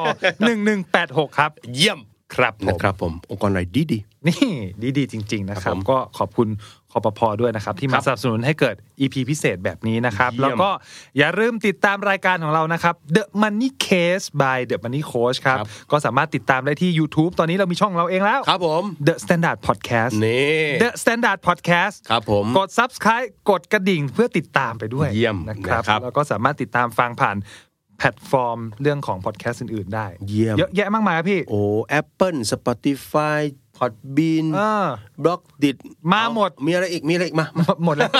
Speaker 3: 1186 ครับ
Speaker 4: เยี่ยม
Speaker 3: ครับผม
Speaker 4: นะครับผมองค์กรอะไรดีดี
Speaker 3: นี่ดีดีๆ จริง ๆ นะค
Speaker 4: ครั
Speaker 3: รั
Speaker 4: บบ ผม
Speaker 3: ก็ขอบคุณคอปพด้วยนะครับ ที่มาสนับสนุนให้เกิด EP พิเศษแบบนี้นะครับ
Speaker 4: เยี่ยม
Speaker 3: แล้วก็อย่าลืมติดตามรายการของเรานะครับ The Money Case by The Money Coach ครับ ก็สามารถติดตามได้ที่ YouTube ตอนนี้เรามีช่องเราเองแล้ว
Speaker 4: ๆครับผม
Speaker 3: The Standard Podcast
Speaker 4: นี่
Speaker 3: The Standard Podcast
Speaker 4: ครับผม
Speaker 3: กด subscribe กดกระดิ่งเพื่อติดตามไปด้วย
Speaker 4: เยี่ยม
Speaker 3: นะครับ
Speaker 4: นะครับ
Speaker 3: แล้วก็สามารถติดตามฟังผ่านแพลตฟอร์มเรื่องของพอดแคสต์อื่น ๆ ได้
Speaker 4: เยี่ยม
Speaker 3: เยอะแยะมากมายครับพี่
Speaker 4: โอ้แอปเปิลสปอติฟายพอดบีน
Speaker 3: เออ
Speaker 4: บล็อกดิด
Speaker 3: มาหมด
Speaker 4: มีอะไรอีกมีอะไรอีกมามา
Speaker 3: หมดแล้ว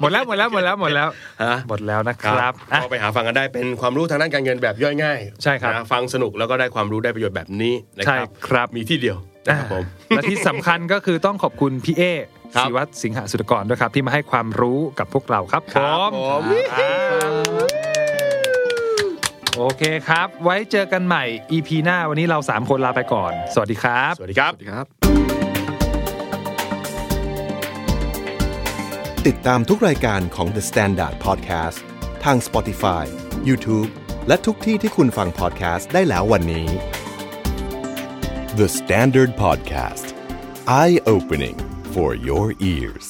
Speaker 3: หมดแล้วหมดแล้วหมดแล้วหมดแล้ว
Speaker 4: ฮะ
Speaker 3: หมดแล้วนะครับอ่ะ
Speaker 4: ก็ไปหาฟังกันได้เป็นความรู้ทางด้านการเงินแบบย่อยง่าย
Speaker 3: ใช่ครับ
Speaker 4: นะฟังสนุกแล้วก็ได้ความรู้ได้ประโยชน์แบบนี้นะ
Speaker 3: ใช่
Speaker 4: ครับ
Speaker 3: ครับ
Speaker 4: มีที่เดียวนะครับผม
Speaker 3: และที่สำคัญก็คือต้องขอบคุณพี่เอ
Speaker 4: ครับ
Speaker 3: ศิวัตรสิงหสุตกรด้วยครับ ที่มาให้ความรู้กับพวกเราครับพร้อม
Speaker 4: ผม
Speaker 3: โอเคครับ ไว้เจอกันใหม่ EP หน้าวันนี้เรา 3 คนลาไปก่อน สวัสดีครับ
Speaker 4: สวัสดีครับ
Speaker 5: ครับ
Speaker 2: ติดตามทุกรายการของ The Standard Podcast ทาง Spotify, YouTube และทุกที่ที่คุณฟัง podcast ได้แล้ววันนี้
Speaker 1: The Standard Podcast. Eye opening for your ears.